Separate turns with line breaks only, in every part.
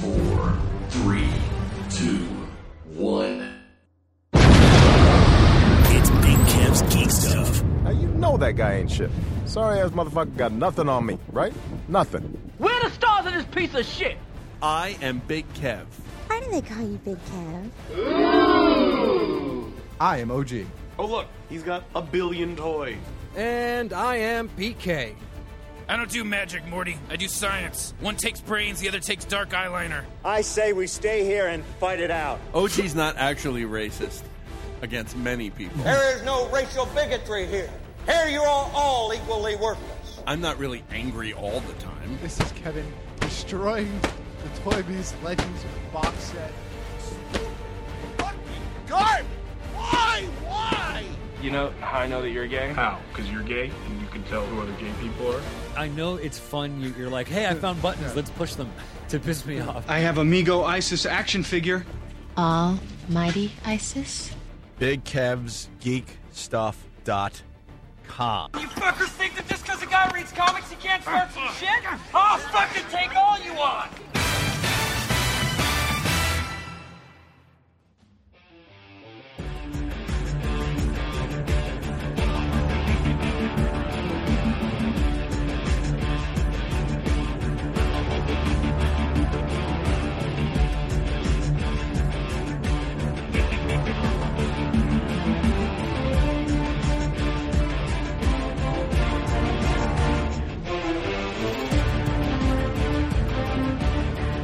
four, three, two, one.
It's Big Kev's Geek Stuff.
Now you know that guy ain't shit. Sorry ass motherfucker got nothing on me, right? Nothing.
Where are the stars in this piece of shit?
I am Big Kev.
Why do they call you Big Kev?
I am OG.
Oh, look, he's got a billion toys.
And I am PK.
I don't do magic, Morty. I do science. One takes brains, the other takes dark eyeliner.
I say we stay here and fight it out.
OG's not actually racist against many people.
There is no racial bigotry here. Here you are all equally worthless.
I'm not really angry all the time.
This is Kevin destroying the Toy Biz Legends box set.
Fucking garbage! Why? Why?
You know how I know that you're gay?
How? Because you're gay and you can tell who other gay people are?
I know it's fun. You- You're like, hey, I found buttons. Let's push them to piss me off.
I have a Mego ISIS action figure.
Almighty ISIS?
Big Kev's Geek Stuff dot com.
You fuckers think that just because a guy reads comics he can't start some shit? I'll fucking take all you want!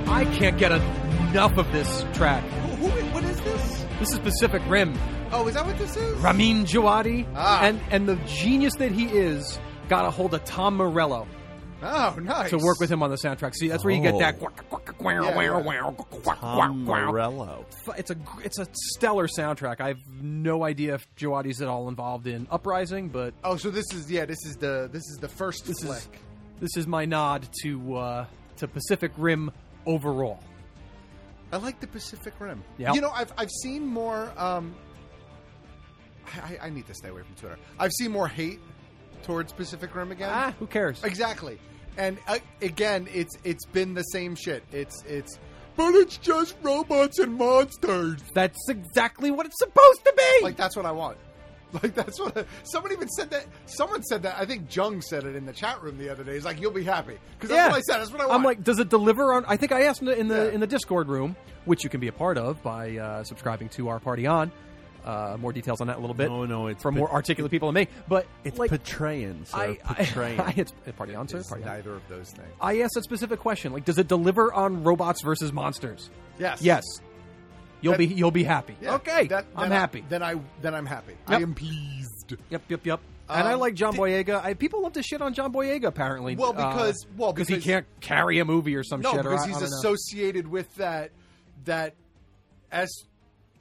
I can't get enough of this track.
Who, who, what is this?
This is Pacific Rim.
Oh, is that what this is?
Ramin Djawadi,
Ah.
and and the genius that he is, got a hold of Tom Morello
Oh, nice.
to work with him on the soundtrack. See, that's where you get that.
Oh.
quack, quack, quack, quack,
Yeah.
quack, quack, quack, quack,
Tom
quack.
Morello.
Fu- It's a gr- it's a stellar soundtrack. I have no idea if Djawadi's at all involved in Uprising, but
Oh, so this is yeah, this is the this is the first
this
flick.
is this is my nod to uh, to Pacific Rim overall.
I like the Pacific Rim.
Yeah.
You know, I've I've seen more. Um, I, I- I need to stay away from Twitter. I've seen more hate towards Pacific Rim again.
Ah, who cares?
Exactly. And uh, again, it's it's been the same shit. It's it's, but it's just robots and monsters.
That's exactly what it's supposed to be.
Like that's what I want. Like that's what I, someone even said that. Someone said that. I think Jung said it in the chat room the other day. He's like, "You'll be happy," because that's what I said. That's what I want.
am like, does it deliver on? I think I asked in the in the,
Yeah.
in the Discord room, which you can be a part of by uh, subscribing to our party on. Uh, more details on that in a little bit.
No, no, it's
from
pa-
more articulate people than me. But
It's
like,
Petraean, sir.
I,
Petraean.
I, I, it's uh, party on, sir.
It's
Party on.
neither of those things.
I asked a specific question, like, does it deliver on robots versus monsters?
Yes.
Yes. You'll
That-
be you'll be happy.
Yeah.
okay,
That-
I'm
then I-
happy.
then I then I'm happy. I
Yep.
am pleased.
Yep, yep, yep. and I
Um,
like John
di-
Boyega. I, people love to shit on John Boyega, apparently.
Well, because-
uh,
well,
he
because-
can't carry a movie or some
No,
shit. or
because
I-
he's
I don't know.
associated with that that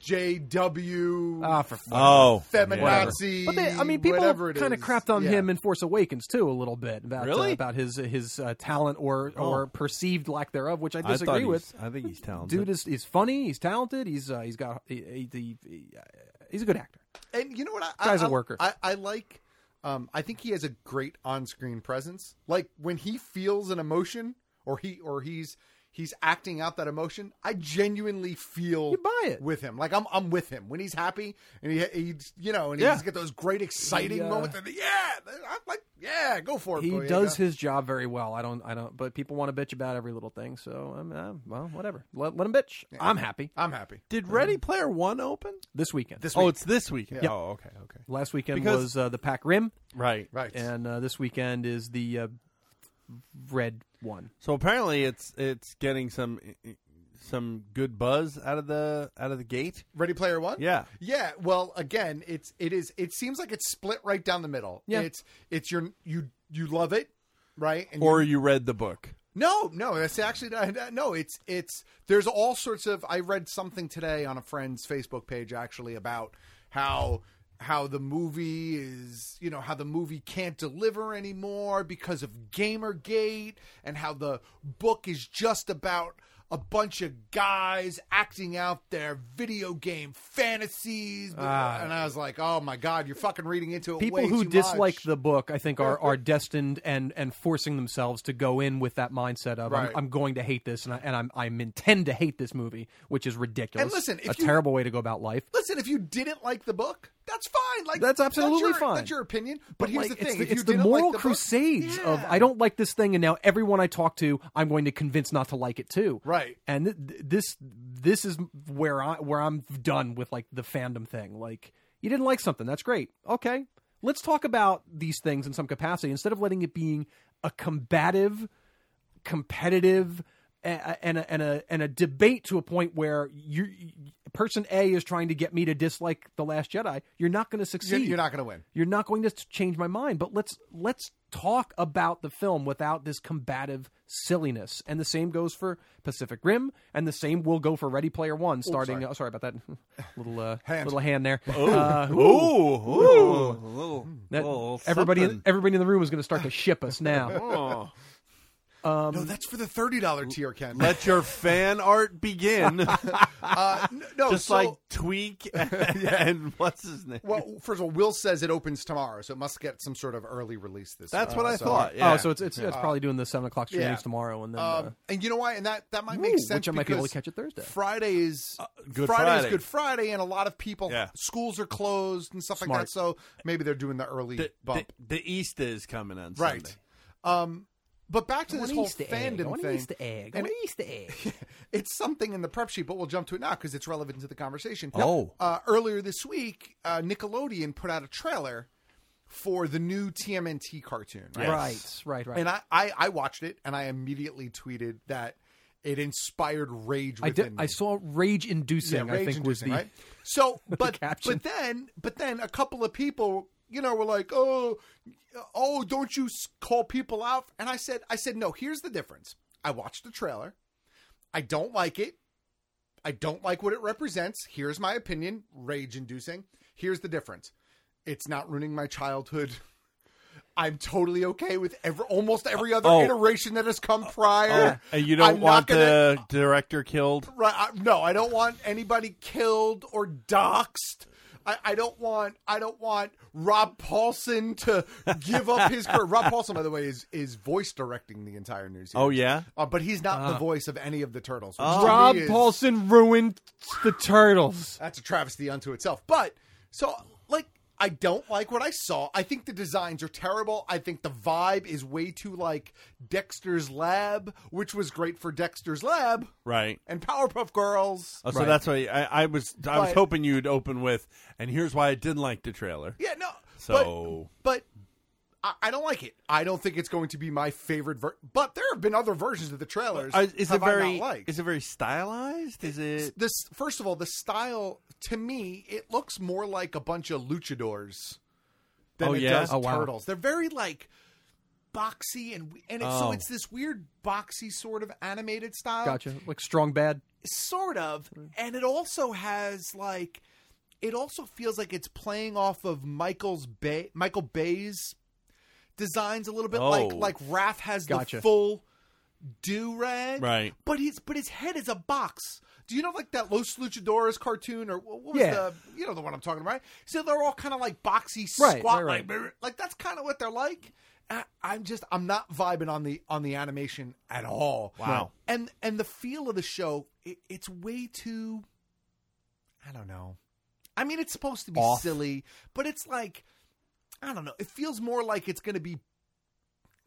SJW
Ah, for fuck's
oh.
feminazi.
But they, I mean, people
whatever it
kind of
is.
crapped on
Yeah.
him in Force Awakens too a little bit about uh,
Really? Oh.
about his his uh, talent or or perceived lack thereof, which I
I
disagree
thought he's-
with.
I think he's talented.
Dude is he's funny, he's talented, he's uh, he's got he, he, he, uh, he's a good actor.
and you know what? I,
Guy's
I,
a worker.
I, I like. Um, I think he has a great on-screen presence. Like when he feels an emotion, or he or he's he's acting out that emotion. I genuinely feel
You buy it.
with him. Like I'm I'm with him when he's happy and he he's you know and
Yeah.
he's got those great exciting
He, uh,
moments. And, yeah, I'm like yeah, go for it.
He
Boyega.
does his job very well. I don't I don't, but people want to bitch about every little thing. So I'm uh, well, whatever. Let, let him bitch. I'm happy
I'm happy.
Oh,
Did Ready Player One open?
this weekend.
This
Oh,
week.
it's this weekend.
Yeah.
Oh, okay, okay.
Last weekend
Because-
was uh, the Pack Rim,
Right.
right.
and uh, this weekend is the uh, red one.
So apparently, it's it's getting some some good buzz out of the out of the gate.
Ready Player One.
Yeah.
yeah. Well, again, it's it is it seems like it's split right down the middle.
Yeah.
it's it's your you you love it, right? And
Or
you,
you read the book.
no, no, that's actually not- no. It's it's there's all sorts of. I read something today on a friend's Facebook page actually about how how the movie is you know how the movie can't deliver anymore because of Gamergate and how the book is just about a bunch of guys acting out their video game fantasies.
Ah.
and I was like, oh my God, you're fucking reading into it.
People
way
who
too
dislike
much.
the book, I think, are, are destined and, and forcing themselves to go in with that mindset of
Right.
I'm, I'm going to hate this and, I, and I'm, I'm intend to hate this movie, which is ridiculous.
And listen, if
a
you-
terrible way to go about life.
Listen, if you didn't like the book, that's fine. Like
That's absolutely
your-
fine.
That's your opinion. But, here's
like,
the thing:
it's the,
if you
it's the
didn't
moral
like the book,
crusades of I don't like this thing, and now everyone I talk to, I'm going to convince not to like it too.
Right.
And th- th- this this is where I where I'm done with like the fandom thing. Like you didn't like something, that's great. Okay, let's talk about these things in some capacity instead of letting it being a combative, competitive. a- And a, and a and a debate to a point where you person A is trying to get me to dislike the Last Jedi. You're not going to succeed.
you're not gonna win.
You're not going to s- change my mind, but let's let's talk about the film without this combative silliness. And the same goes for Pacific Rim, and the same will go for Ready Player One. Starting,
sorry.
oh, sorry about that little uh,
Hand.
little hand there.
Oh.
Uh,
Ooh.
ooh.
Ooh. Little-
That-
little
everybody, in,
something. Oh.
everybody in the room is going to start to ship us now. Oh, Um,
no, that's for the thirty dollar tier, Ken.
Let your fan art begin.
uh, n- no,
just
so-
like Tweak and what's his name?
Well, first of all, Will says it opens tomorrow, so it must get some sort of early release this.
That's
week.
what I
So-
thought,
Oh, so it's it's, it's
Uh,
probably doing the seven o'clock stream
yeah.
leaves tomorrow, and then
Um,
uh,
and you know why? And that that might
Ooh,
make sense.
which I might be able to
because
catch it Thursday. Uh,
Friday is
Good
Friday,
Friday.
is Good Friday, and a lot of people
Yeah.
schools are closed and stuff like
Smart.
that. So maybe they're doing the early
The, the,
bump,
the Easter is coming on
right?
Sunday.
Um, but back to
I
this
want an
whole
Easter egg. I
fandom
want an
thing.
Easter egg. I
And
want an Easter egg.
it's something in the prep sheet, but we'll jump to it now because it's relevant to the conversation.
Oh.
Uh, earlier this week, uh, Nickelodeon put out a trailer for the new TMNT cartoon. Right,
Yes. Right, right, right.
And I, I, I watched it and I immediately tweeted that it inspired rage
I
within
did,
me.
I saw rage inducing.
Yeah,
I think was
rage-inducing,
the
right? so but
caption.
but then but then a couple of people you know were like oh oh don't you s- call people out and i said i said no here's the difference i watched the trailer i don't like it i don't like what it represents here's my opinion rage inducing here's the difference it's not ruining my childhood I'm totally okay with every, almost every other
Oh.
iteration that has come prior.
And you don't
I'm not
want
gonna-
the director killed?
Right. I, no, I don't want anybody killed or doxxed. I, I don't want I don't want Rob Paulson to give up his career. Rob Paulson, by the way, is is voice directing the entire new series.
Oh, yeah? Oh.
uh, but he's not the
Ah.
voice of any of the turtles. which to me
Rob
is-
Paulson ruined the Turtles.
That's a travesty unto itself. But so like I don't like what I saw. I think the designs are terrible. I think the vibe is way too like Dexter's Lab, which was great for Dexter's Lab
Right.
and Powerpuff Girls.
Oh, so that's why I, I was I was
But-
hoping you'd open with, and here's why I didn't like the trailer.
Yeah, no.
So
but I, I don't like it. I don't think it's going to be my favorite. Ver- but there have been other versions of the trailers.
Uh, is it
have I not
very
liked.
is it very stylized? Is it
this? First of all, the style to me it looks more like a bunch of luchadors than
Oh,
it
yeah?
does
Oh, wow.
turtles. They're very like boxy and and it, so
Oh.
it's this weird boxy sort of animated style
Gotcha. Like strong bad.
sort of
Hmm.
and it also has like it also feels like it's playing off of michael's bay michael bay's designs a little bit like
Oh.
like Raph has
Gotcha.
the full do rag
Right.
but his but his head is a box do you know like that Los Luchadores cartoon or what what was
Yeah.
the you know the one I'm talking about? So they're all kind of like boxy
Right,
squat
right, right.
like brr, like that's kind of what they're like. I, I'm just I'm not vibing on the on the animation at all.
Wow.
And and the feel of the show it, it's way too I don't know. I mean it's supposed to be
Off.
silly, but it's like I don't know. It feels more like it's going to be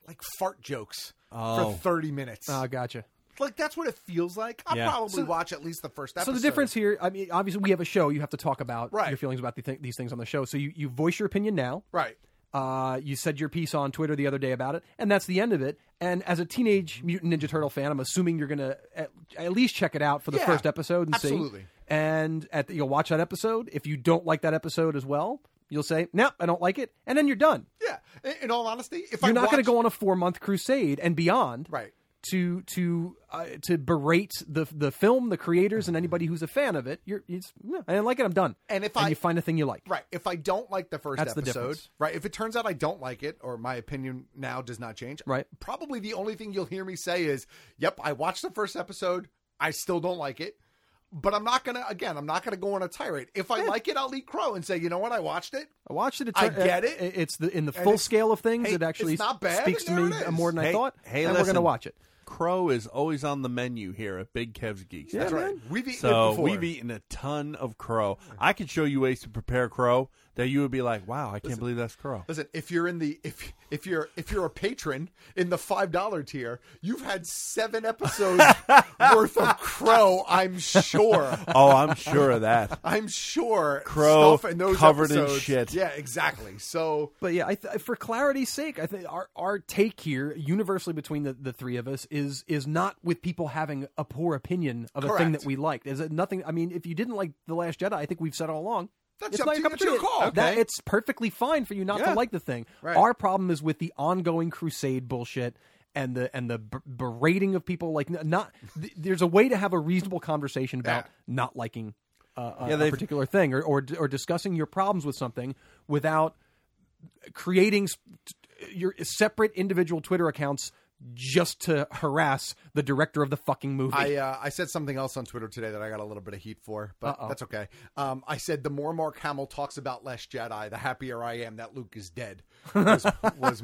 like fart jokes
Oh.
for 30 minutes.
Oh, gotcha.
like that's what it feels like. I'll
Yeah.
probably
So-
watch at least the first episode.
So the difference here, I mean, obviously we have a show. You have to talk about
Right.
your feelings about the th- these things on the show. So you, you voice your opinion now.
Right.
Uh, you said your piece on Twitter the other day about it, and that's the end of it. And as a teenage Mutant Ninja Turtle fan, I'm assuming you're gonna at, at least check it out for the
Yeah,
first episode and see.
absolutely.
And at the, you'll watch that episode. If you don't like that episode as well, you'll say, "Nope, I don't like it," and then you're done.
Yeah. In, in all honesty, if
you're
I
not
watch,
going to go on a four month crusade and beyond,
right?
To to uh, to berate the the film, the creators, and anybody who's a fan of it. You're, it's, "No, I didn't like it. I'm done.
And if I-
you find a thing you like,
Right. If I don't like the first
That's the
episode,
difference.
right? If it turns out I don't like it or my opinion now does not change,
Right.
Probably the only thing you'll hear me say is, "Yep, I watched the first episode. I still don't like it. But I'm not gonna again. I'm not gonna go on a tirade. If I like it, I'll eat crow and say, you know what? I watched it.
I watched it. It's,
I get it.
It's the in the
And
full
it's-
scale of things.
hey,
it actually
it's not bad,
speaks to
and
me
there it
more than I
Hey-
thought.
Hey,
and we're
listen,
gonna watch it.
Crow is always on the menu here at Big Kev's Geeks.
Yeah,
That's right.
man. We've eaten
so
it before.
We've eaten a ton of crow. I could show you ways to prepare crow that you would be like, wow, I can't believe that's crow.
Listen, if you're in the if if you're if you're a patron in the five dollar tier, you've had seven episodes worth of crow. I'm sure.
oh, I'm sure of that.
I'm sure
Crow
stuff in those
covered in
episodes-
shit.
Yeah, exactly. So
But yeah, I th- for clarity's sake, I think our our take here, universally between the, the three of us, is is not with people having a poor opinion of a thing
Correct.
that we liked. Is it nothing? I mean, if you didn't like the Last Jedi, I think we've said all along.
That's
it's
up
not
to
your cup
you.
of
It's your
tea.
call.
That-
Okay.
it's perfectly fine for you not
Yeah.
to like the thing.
Right.
Our problem is with the ongoing crusade bullshit and the and the b- berating of people. Like n- not, th- there's a way to have a reasonable conversation about not liking uh, a,
Yeah,
a
they've-
particular thing or, or or discussing your problems with something without creating s- t- your separate individual Twitter accounts just to harass the director of the fucking movie.
I uh, I said something else on Twitter today that I got a little bit of heat for, but
Uh-oh.
that's okay. Um, I said the more Mark Hamill talks about Last Jedi, the happier I am that Luke is dead. Was, was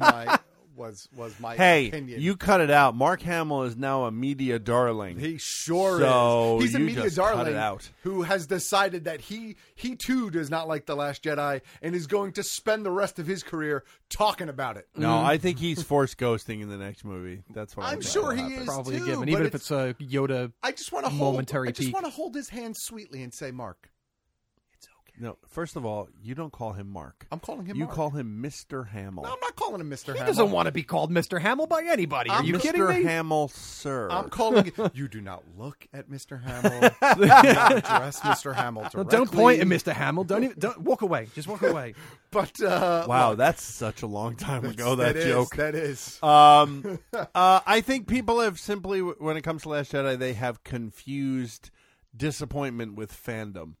my was was my
Hey,
opinion.
you cut it out. Mark Hamill is now a media darling.
He sure
so
is. He's a
you
media
just
darling
Cut it out.
who has decided that he he too does not like the Last Jedi and is going to spend the rest of his career talking about it.
No, I think he's force ghosting in the next movie. That's what
Mm-hmm. I'm
I think
sure
will
he
happen.
is
probably
too,
a given,
but
even if
it's-
it's a Yoda.
I just want to hold.
momentary
I just
peak.
want to hold his hand sweetly and say, Mark,
No, first of all, you don't call him Mark.
I'm calling him
You
Mark.
call him Mr. Hamill.
I'm not calling him Mister.
He doesn't want to be called Mr. Hamill by anybody. Are
I'm
you
Mr.
kidding me?
Hamill, sir.
I'm calling it. You do not look at Mr. Hamill. You don't address Mr. Hamill
No,
directly.
don't point at Mr. Hamill. Don't even don't, walk away. Just walk away.
But uh,
Wow,
look,
that's such a long time
That's-
ago. That,
that is-
joke.
that is.
Um, uh, I think people have simply, when it comes to Last Jedi, they have confused disappointment with fandom.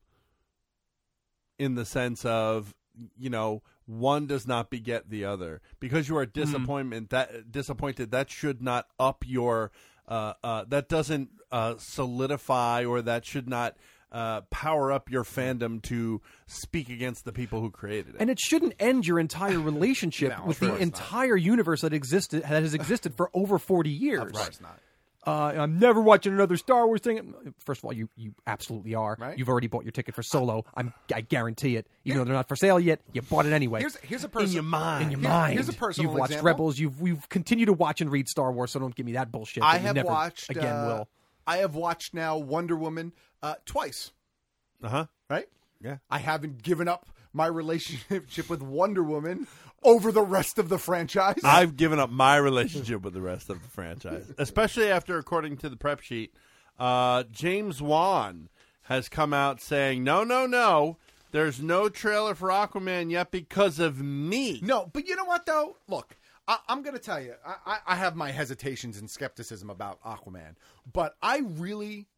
In the sense of, you know, one does not beget the other because you are disappointment that disappointed. That should not up your. Uh, uh, that doesn't uh, solidify, or that should not uh, power up your fandom to speak against the people who created it.
And it shouldn't end your entire relationship
No,
with
of
the
course not.
entire universe that existed that has existed for over forty years.
Of course not.
Uh, and I'm never watching another Star Wars thing. First of all, you you absolutely are.
Right.
You've already bought your ticket for Solo. I'm I guarantee it. Even though they're not for sale yet, you bought it anyway.
Here's here's a person
your mind.
in your
here-
mind,
Here's a personal
You've watched
example.
Rebels. You've we've continued to watch and read Star Wars. So don't give me that bullshit.
I
that you
have
never
watched
again.
uh,
will
I have watched now Wonder Woman uh, twice.
Uh huh.
Right.
Yeah.
I haven't given up my relationship with Wonder Woman over the rest of the franchise.
I've given up my relationship with the rest of the franchise, especially after, according to the prep sheet, uh, James Wan has come out saying, "No, no, no, there's no trailer for Aquaman yet because of me."
No, but you know what though? Look, I, I'm going to tell you, I, I, I have my hesitations and skepticism about Aquaman, but I really,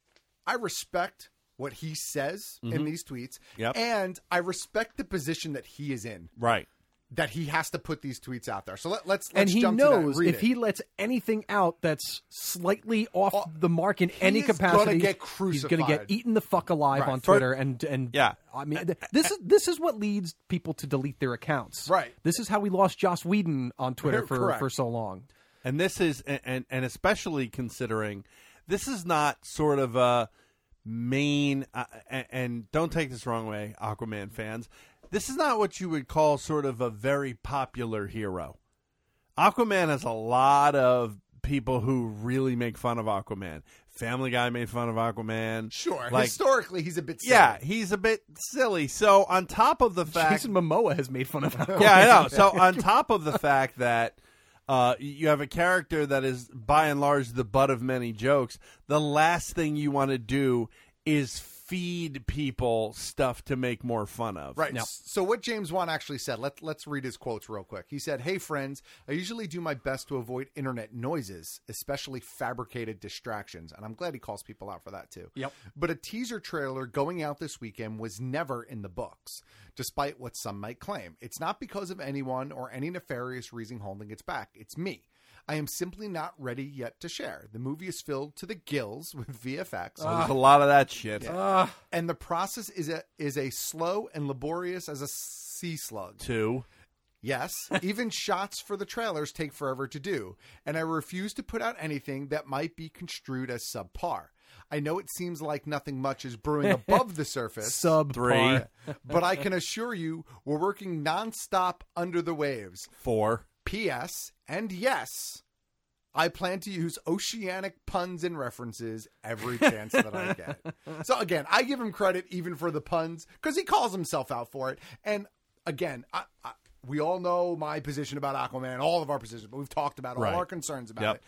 I respect what he says in
Mm-hmm.
Mhm.
these tweets,
Yep.
and I respect the position that he is in.
Right.
That he has to put these tweets out there. So let, let's,
and
let's
he
jump to that and
knows
read
if
it. Oh,
he lets anything out that's slightly off the mark in any
is gonna
capacity,
get
he's going to
crucified.
get eaten the fuck alive
Right.
on
For-
Twitter. and and
Yeah.
I mean th- this is this is what leads people to delete their accounts.
Right.
This is how we lost Joss Whedon on Twitter for,
Correct.
for so long.
And this is and- and and especially considering this is not sort of a main uh, and, and don't take this the wrong way, Aquaman fans. This is not what you would call sort of a very popular hero. Aquaman has a lot of people who really make fun of Aquaman. Family Guy made fun of Aquaman.
Sure,
like
historically he's a bit. Silly.
yeah, he's a bit silly. So on top of the fact,
Jason Momoa has made fun of. Aquaman.
yeah, I know. So on top of the fact that uh, you have a character that is by and large the butt of many jokes, the last thing you want to do is feed people stuff to make more fun of.
Right. So what James Wan actually said, let's let's read his quotes real quick. He said, "Hey friends, I usually do my best to avoid internet noises, especially fabricated distractions." And I'm glad he calls people out for that too.
Yep.
But a teaser trailer going out this weekend was never in the books, despite what some might claim. It's not because of anyone or any nefarious reason holding its back. It's me. I am simply not ready yet to share. The movie is filled to the gills with VFX.
So there's a lot of that shit.
Yeah. and the process is a is a slow and laborious as a sea slug.
Two.
Yes, even shots for the trailers take forever to do, and I refuse to put out anything that might be construed as subpar. I know it seems like nothing much is brewing above the surface.
Sub three.
but I can assure you we're working nonstop under the waves.
Four.
P.S. And yes, I plan to use oceanic puns and references every chance that I get. So again, I give him credit even for the puns because he calls himself out for it. And again, I, I, we all know my position about Aquaman, all of our positions, but we've talked about all
Right.
our concerns about
Yep.
it.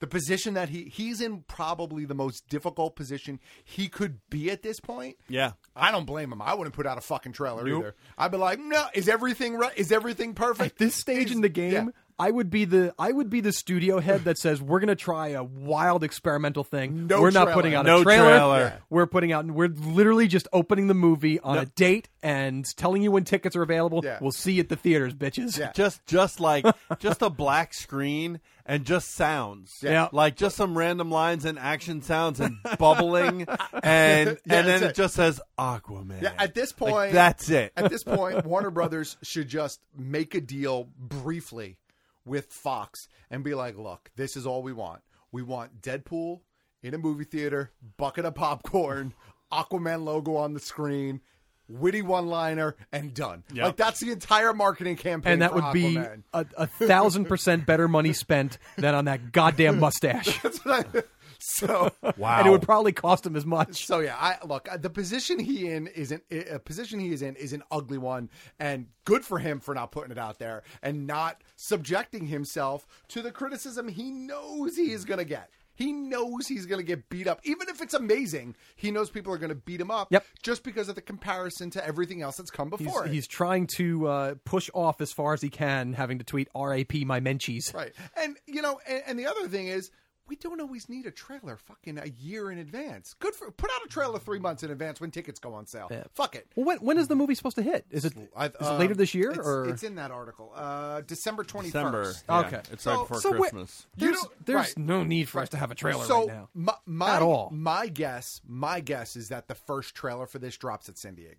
The position that he he's in probably the most difficult position he could be at this point.
Yeah.
I don't blame him. I wouldn't put out a fucking trailer
Nope.
either. I'd be like, no, is everything right? Is everything perfect?
At this stage in the game, I would be the I would be the studio head that says we're going to try a wild experimental thing.
No
we're not
trailer.
putting out
No
a trailer.
trailer. Yeah.
We're putting out we're literally just opening the movie on
No.
a date and telling you when tickets are available.
Yeah.
We'll see you at the theaters, bitches.
Just just like just a black screen and just sounds.
Yeah.
Like just some random lines and action sounds and bubbling and
Yeah,
and then
that's
it.
it.
just says Aquaman.
Yeah, at this
Like,
point,
that's it.
At this point, Warner Brothers should just make a deal briefly with Fox and be like, "Look, this is all we want. We want Deadpool in a movie theater, bucket of popcorn, Aquaman logo on the screen." Witty one-liner and done.
Yep.
Like that's the entire marketing campaign.
and that
for
would be
Aquaman.
a, a thousand percent better money spent than on that goddamn mustache.
That's what I- so
And it would probably cost him as much.
So yeah, I look uh, the position he in is an a position he is in is an ugly one, and good for him for not putting it out there and not subjecting himself to the criticism he knows he is going to get. He knows he's going to get beat up, even if it's amazing. He knows people are going to beat him up just because of the comparison to everything else that's come
He's,
before. it.
he's trying to uh, push off as far as he can, having to tweet "RAP my menchies."
Right. And you know, and, and the other thing is we don't always need a trailer fucking a year in advance. Good for put out a trailer three months in advance when tickets go on sale. Fuck it.
Well, when, when is the movie supposed to hit? Is it, is
I've-
it
um,
later this year?
it's,
or
it's in that article, uh, December twenty
December,
first.
yeah. Okay. It's right before
wait-
Christmas.
you
There's-
don't-
there's no need for us to have a trailer
so
right now.
My, my,
At all.
My guess, my guess is that the first trailer for this drops at San Diego.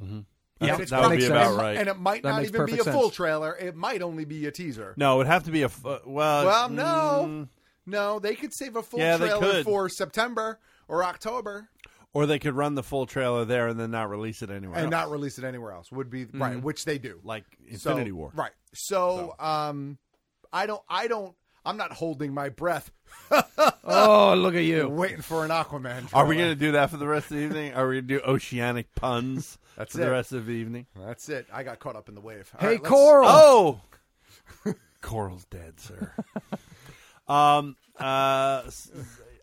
Yeah,
And it's
Mm-hmm. that would
probably-
be about
and-
right.
And it might
That
not
makes
even be a
perfect
full
sense.
trailer. It might only be a teaser.
No, it would have to be a f- uh, well.
Well,
mm,
no, no, they could save a full
Yeah, they
trailer
could.
for September or October
Or they could run the full trailer there and then not release it anywhere.
and
else.
not release it anywhere else. Would be right,
Mhm.
which they do,
like
So-
Infinity War.
right? So, um, I don't, I don't, I'm not holding my breath. uh,
Oh, look at you.
waiting for an Aquaman.
Are we
trailer.
going to do that for the rest of the evening? Are we going to do oceanic puns
That's
for the
it.
rest of the evening?
That's it. I got caught up in the wave. All
Hey,
right, let's-
Coral. Oh, Coral's dead, sir. um, uh, s-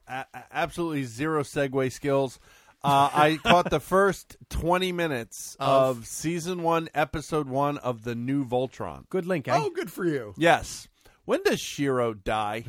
a- a- absolutely zero segue skills. Uh, I caught the first twenty minutes
Of?
of, season one, episode one of the new Voltron.
Good link, eh?
Oh, good for you.
Yes. When does Shiro die?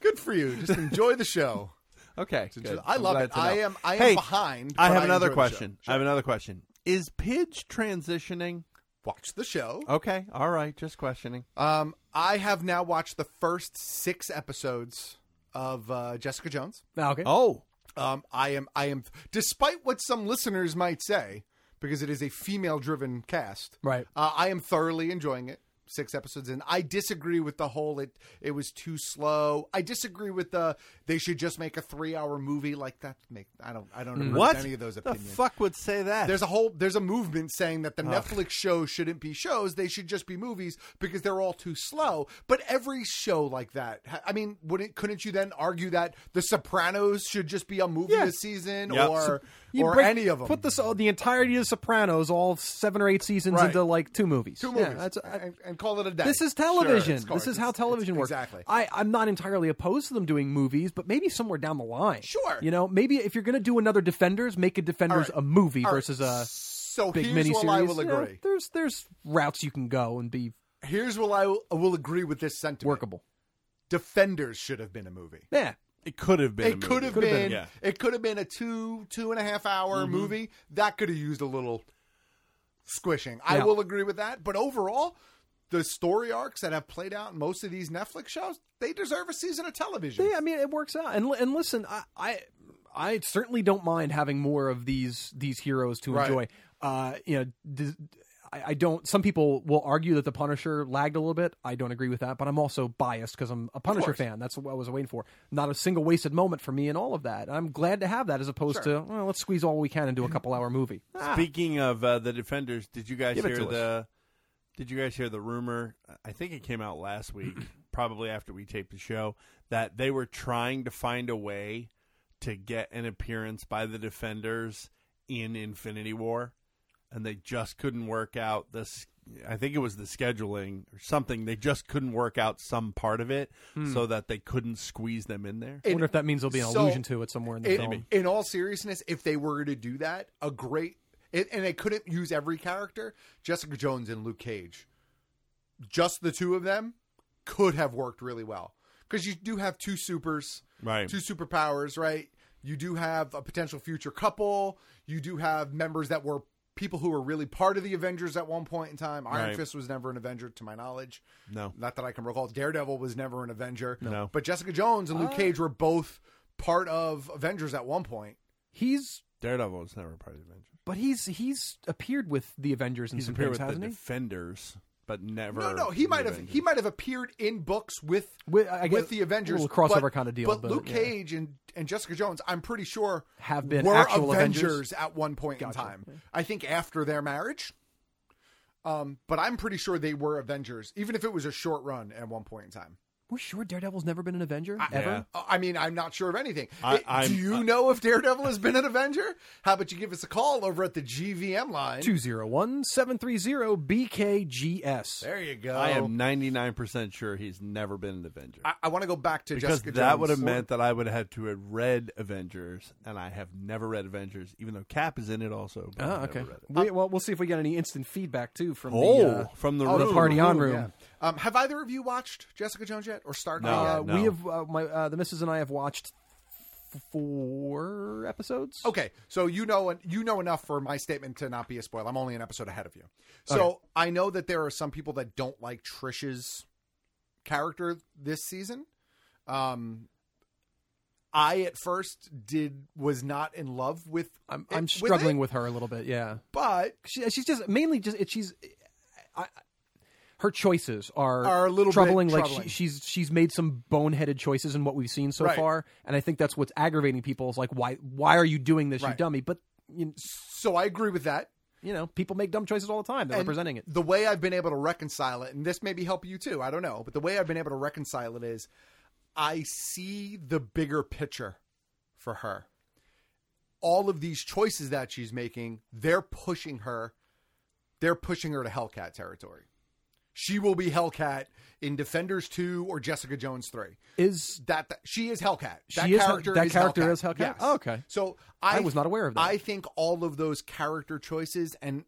Good for you. Just enjoy the show.
Okay,
Just-
good.
I
I'm
love
glad
it.
to know.
I am- I am
Hey,
behind,
I
but
have
I
another
enjoy the show.
question. I have another question. Is Pidge transitioning?
Watch the show.
Okay, all right. Just questioning.
Um, I have now watched the first six episodes of uh, Jessica Jones.
Ah, Okay.
Oh,
um, I am. I am. Despite what some listeners might say, because it is a female-driven cast,
Right.
Uh, I am thoroughly enjoying it. Six episodes in. I disagree with the whole. It it was too slow. I disagree with the. They should just make a three-hour movie like that. Make I don't. I don't agree with
What?
any of those
the
opinions.
fuck would say that?
There's a whole there's a movement saying that the
Ugh.
Netflix shows shouldn't be shows; they should just be movies because they're all too slow. But every show like that, ha- I mean, wouldn't couldn't you then argue that The Sopranos should just be a movie
Yeah.
this season,
Yep.
or
You
or
break-
any of them?
Put this, all- the entirety of Sopranos, all seven or eight seasons,
Right.
into like two movies.
Two
Yeah,
movies.
that's- uh,
and, and call it a day.
This is
Sure,
television.
it's called-
this is
it's-
how
it's-
television works.
Exactly.
I, I'm not entirely opposed to them doing movies, but maybe somewhere down the line. Sure. You know, maybe if you're going to do another Defenders, make a Defenders a movie
All right.
versus a
So
big
here's
miniseries.
what I will
You know,
agree.
there's there's routes you can go and be
Here's what I will, I will agree with this sentiment.
Workable.
Defenders should have been a movie.
Yeah.
It could have been. a
it could
movie.
have been. It could have been a two two and a half hour
Mhm.
movie that could have used a little squishing. I
Yeah.
will agree with that. But overall, the story arcs that have played out in most of these Netflix shows, they deserve a season of television.
Yeah, I mean, it works out. And li- and listen, I I, I certainly don't mind having more of these these heroes to
Right.
enjoy. Uh, you know, d- I, I don't. Some people will argue that the Punisher lagged a little bit. I don't agree with that, but I'm also biased because I'm a Punisher
course.
fan. That's what I was waiting for. Not a single wasted moment for me in all of that. I'm glad to have that as opposed
Sure.
to well, let's squeeze all we can into a couple hour movie. Ah.
Speaking of uh, the defenders, did you guys
Give it
hear
to us.
the? Did you guys hear the rumor? I think it came out last week, probably after we taped the show, that they were trying to find a way to get an appearance by the defenders in Infinity War, and they just couldn't work out this. I think it was the scheduling or something. They just couldn't work out some part of it
Hmm.
so that they couldn't squeeze them in there.
I wonder if that means there'll be an
So,
allusion to it somewhere in the
in,
film.
in all seriousness, if they were to do that, a great it, and they couldn't use every character. Jessica Jones and Luke Cage, just the two of them, could have worked really well because you do have two supers,
Right.
Two superpowers, right? You do have a potential future couple. You do have members that were people who were really part of the Avengers at one point in time. Iron
Right.
Fist was never an Avenger, to my knowledge.
No.
Not that I can recall. Daredevil was never an Avenger.
No.
But Jessica Jones and Luke
Uh,
Cage were both part of Avengers at one point.
He's
Daredevil was never part of the Avengers.
but he's he's appeared with the Avengers and
He's
some
appeared
things,
with the
hasn't he?
Defenders, but never.
No, no,
in
he
the
might have
Avengers.
he might have appeared in books with
with,
I guess
the Avengers,
a little crossover
but-
kinda deal,
But,
but,
Luke
yeah.
Cage and, and Jessica Jones, I'm pretty sure,
Have been
were
actual
Avengers,
Avengers?
at one point
Gotcha.
in time. I think after their marriage. Um, but I'm pretty sure they were Avengers, even if it was a short run at one point in time.
We're sure Daredevil's never been an Avenger ever.
Uh, I mean, I'm not sure of anything.
I-
It-
I'm-
do you know if Daredevil has been an Avenger? How about you give us a call over at the GVM line?
Two zero one seven three zero BKGS.
There you go.
I am ninety nine percent sure he's never been an Avenger.
Oh. I, I want to go back to
because
Jessica
that
Jones.
would have meant that I would have had to have read Avengers, and I have never read Avengers, even though Cap is in it also. but
Ah,
I've
okay.
never read it.
We, well, we'll see if we get any instant feedback too from
Oh,
the uh,
from the
oh,
room.
party on
Room,
room.
yeah. Um, have either of you watched Jessica Jones yet, or Star?
No,
uh,
no.
We have uh, my uh, the missus and I have watched f- four episodes.
Okay, so you know you know enough for my statement to not be a spoil. I'm only an episode ahead of you, so
Okay.
I know that there are some people that don't like Trish's character this season. Um, I at first did was not in love with.
I'm,
it-
I'm
with
struggling
it,
with, her a little bit. Yeah,
but
she, she's just mainly just it- she's. I, I- her choices are
Are a little bit
troubling. like
troubling.
She, she's she's made some boneheaded choices in what we've seen so
Right.
far, and I think that's what's aggravating people. Is like why why are you doing this, you
Right.
dummy? But you,
so I agree with that.
You know, people make dumb choices all the time. They're
And
representing it.
The way I've been able to reconcile it, and this maybe help you too, I don't know, but the way I've been able to reconcile it is I see the bigger picture for her. All of these choices that she's making, they're pushing her, they're pushing her to Hellcat territory. She will be Hellcat in Defenders 2 or Jessica Jones 3.
Is
that, that- she is Hellcat. That
She is Hel-
character
that
is
character
Hellcat.
is Hellcat?
Yes.
Oh, okay.
So I,
I was not aware of that.
I think all of those character choices, and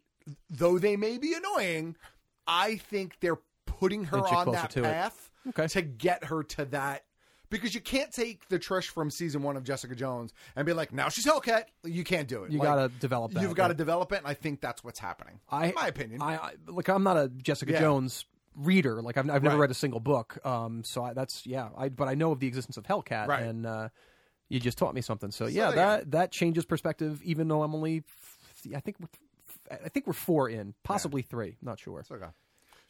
though they may be annoying, I think they're putting her
Inch you
on
closer
that
to it.
path to get her to that. Because you can't take the Trish from season one of Jessica Jones and be like, now she's Hellcat. You can't do it.
You
Like,
gotta develop that,
You've got to
right.
develop it, and I think that's what's happening.
I,
in my opinion.
I, I look. I'm not a Jessica
Yeah.
Jones reader. Like I've, I've never
Right.
read a single book. Um, so I, that's yeah. I but I know of the existence of Hellcat,
Right.
and uh, you just taught me something. So,
So
yeah,
there you go.
that that changes perspective. Even though I'm only, th- I think we're, th- I think we're four in, possibly three. Not sure.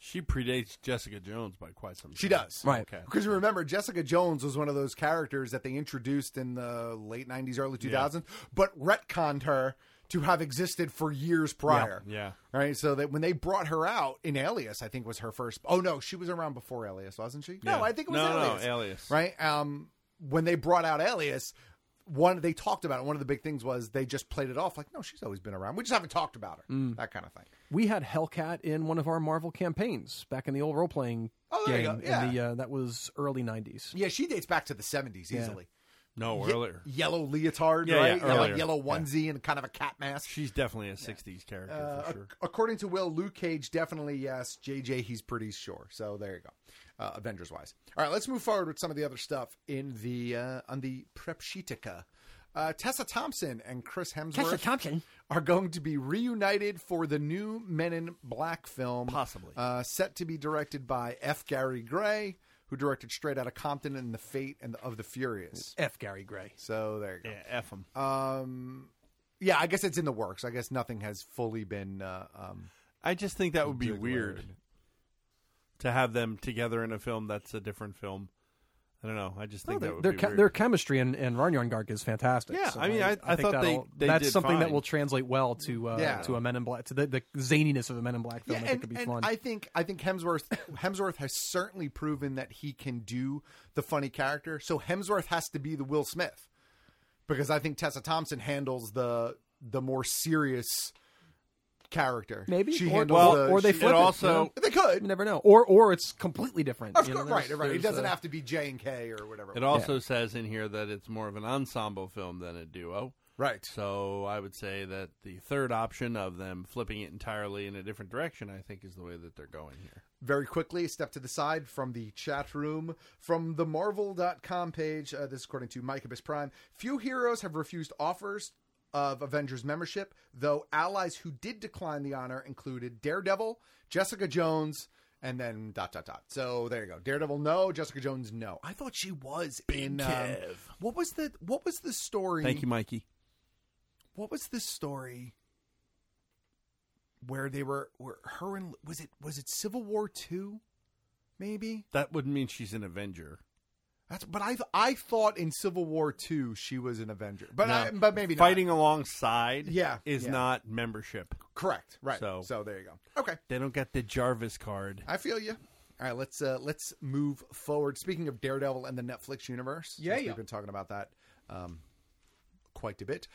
She predates Jessica Jones by quite some.
She
time.
does.
Right.
Okay.
Because remember, Jessica Jones was one of those characters that they introduced in the late 90s, early 2000s, but retconned her to have existed for years prior.
Yeah.
Right. So that when they brought her out in Alias, I think was her first. Oh, no, she was around before Alias, wasn't she? No,
Yeah.
I think it was
No, no,
Alias.
Alias.
Right. Um, when they brought out Alias, one they talked about it. One of the big things was they just played it off like, no, she's always been around. We just haven't talked about her.
Mm.
That kind of thing.
We had Hellcat in one of our Marvel campaigns back in the old role playing
Oh, there you
game.
go. Yeah.
in the, uh, that was early '90s.
Yeah, she dates back to the seventies
Yeah.
easily.
No,
Ye-
earlier.
yellow leotard,
Yeah, yeah,
right?
earlier.
like yellow
Yeah.
onesie and kind of a cat mask.
She's definitely a '60s character
Uh,
for
ac-
sure.
According to Will, Luke Cage definitely yes. JJ, he's pretty sure. So there you go. Uh, Avengers wise. All right, let's move forward with some of the other stuff in the uh, on the Prepshitica. Uh, Tessa Thompson and Chris Hemsworth
Tessa Thompson.
are going to be reunited for the new Men in Black film, possibly uh, set to be directed by F. Gary Gray, who directed Straight Outta Compton and The Fate and of the Furious.
F. Gary Gray.
So there you go.
Yeah, F him.
Um, yeah, I guess it's in the works. I guess nothing has fully been. Uh, um,
I just think that would be
declared.
weird to have them together in a film that's a different film. I don't know. I just think that
Their
would
their,
be
Oh, che-
weird.
their chemistry and, and Garg is fantastic.
Yeah,
so
I mean, I- I
think
thought they-
that'll-
they
that's
did
something that
fine.
will translate well to uh,
Yeah.
to a Men in Black to the, the zaniness of a Men in Black film. I think
and,
could be
and
fun.
I think I think Hemsworth Hemsworth has certainly proven that he can do the funny character. So Hemsworth has to be the Will Smith because I think Tessa Thompson handles the the more serious character.
Maybe
she
or,
handles
well,
the,
or they
she-
flip it, you know?
they could
You never know, or or it's completely different.
Of
you know,
course,
there's-
right, right. It
there's,
doesn't
uh,
have to be J and K or whatever.
It also says in here that it's more of an ensemble film than a duo.
Right.
So I would say that the third option of them flipping it entirely in a different direction, I think, is the way that they're going here.
very quickly, a step to the side from the chat room, from the Marvel.com page. Uh, this is according to Micahbus Prime. Few heroes have refused offers of Avengers membership, though allies who did decline the honor included Daredevil, Jessica Jones, and then dot dot dot. So there you go. Daredevil, no. Jessica Jones, no. I thought she was in um,
Kev.
what was the what was the story?
Thank you, Mikey.
What was the story? Where they were, where her and was it was it Civil War two, maybe?
That would mean she's an Avenger.
That's but I I thought in Civil War two she was an Avenger, but
No.
I, but maybe not.
fighting alongside,
Yeah,
is
yeah.
not membership.
Correct. Right.
So,
So there you go. Okay.
they don't get the Jarvis card.
I feel you. All right, let's uh, let's move forward. Speaking of Daredevil and the Netflix universe,
Yeah,
since
yeah.
we've been talking about that um, quite a bit.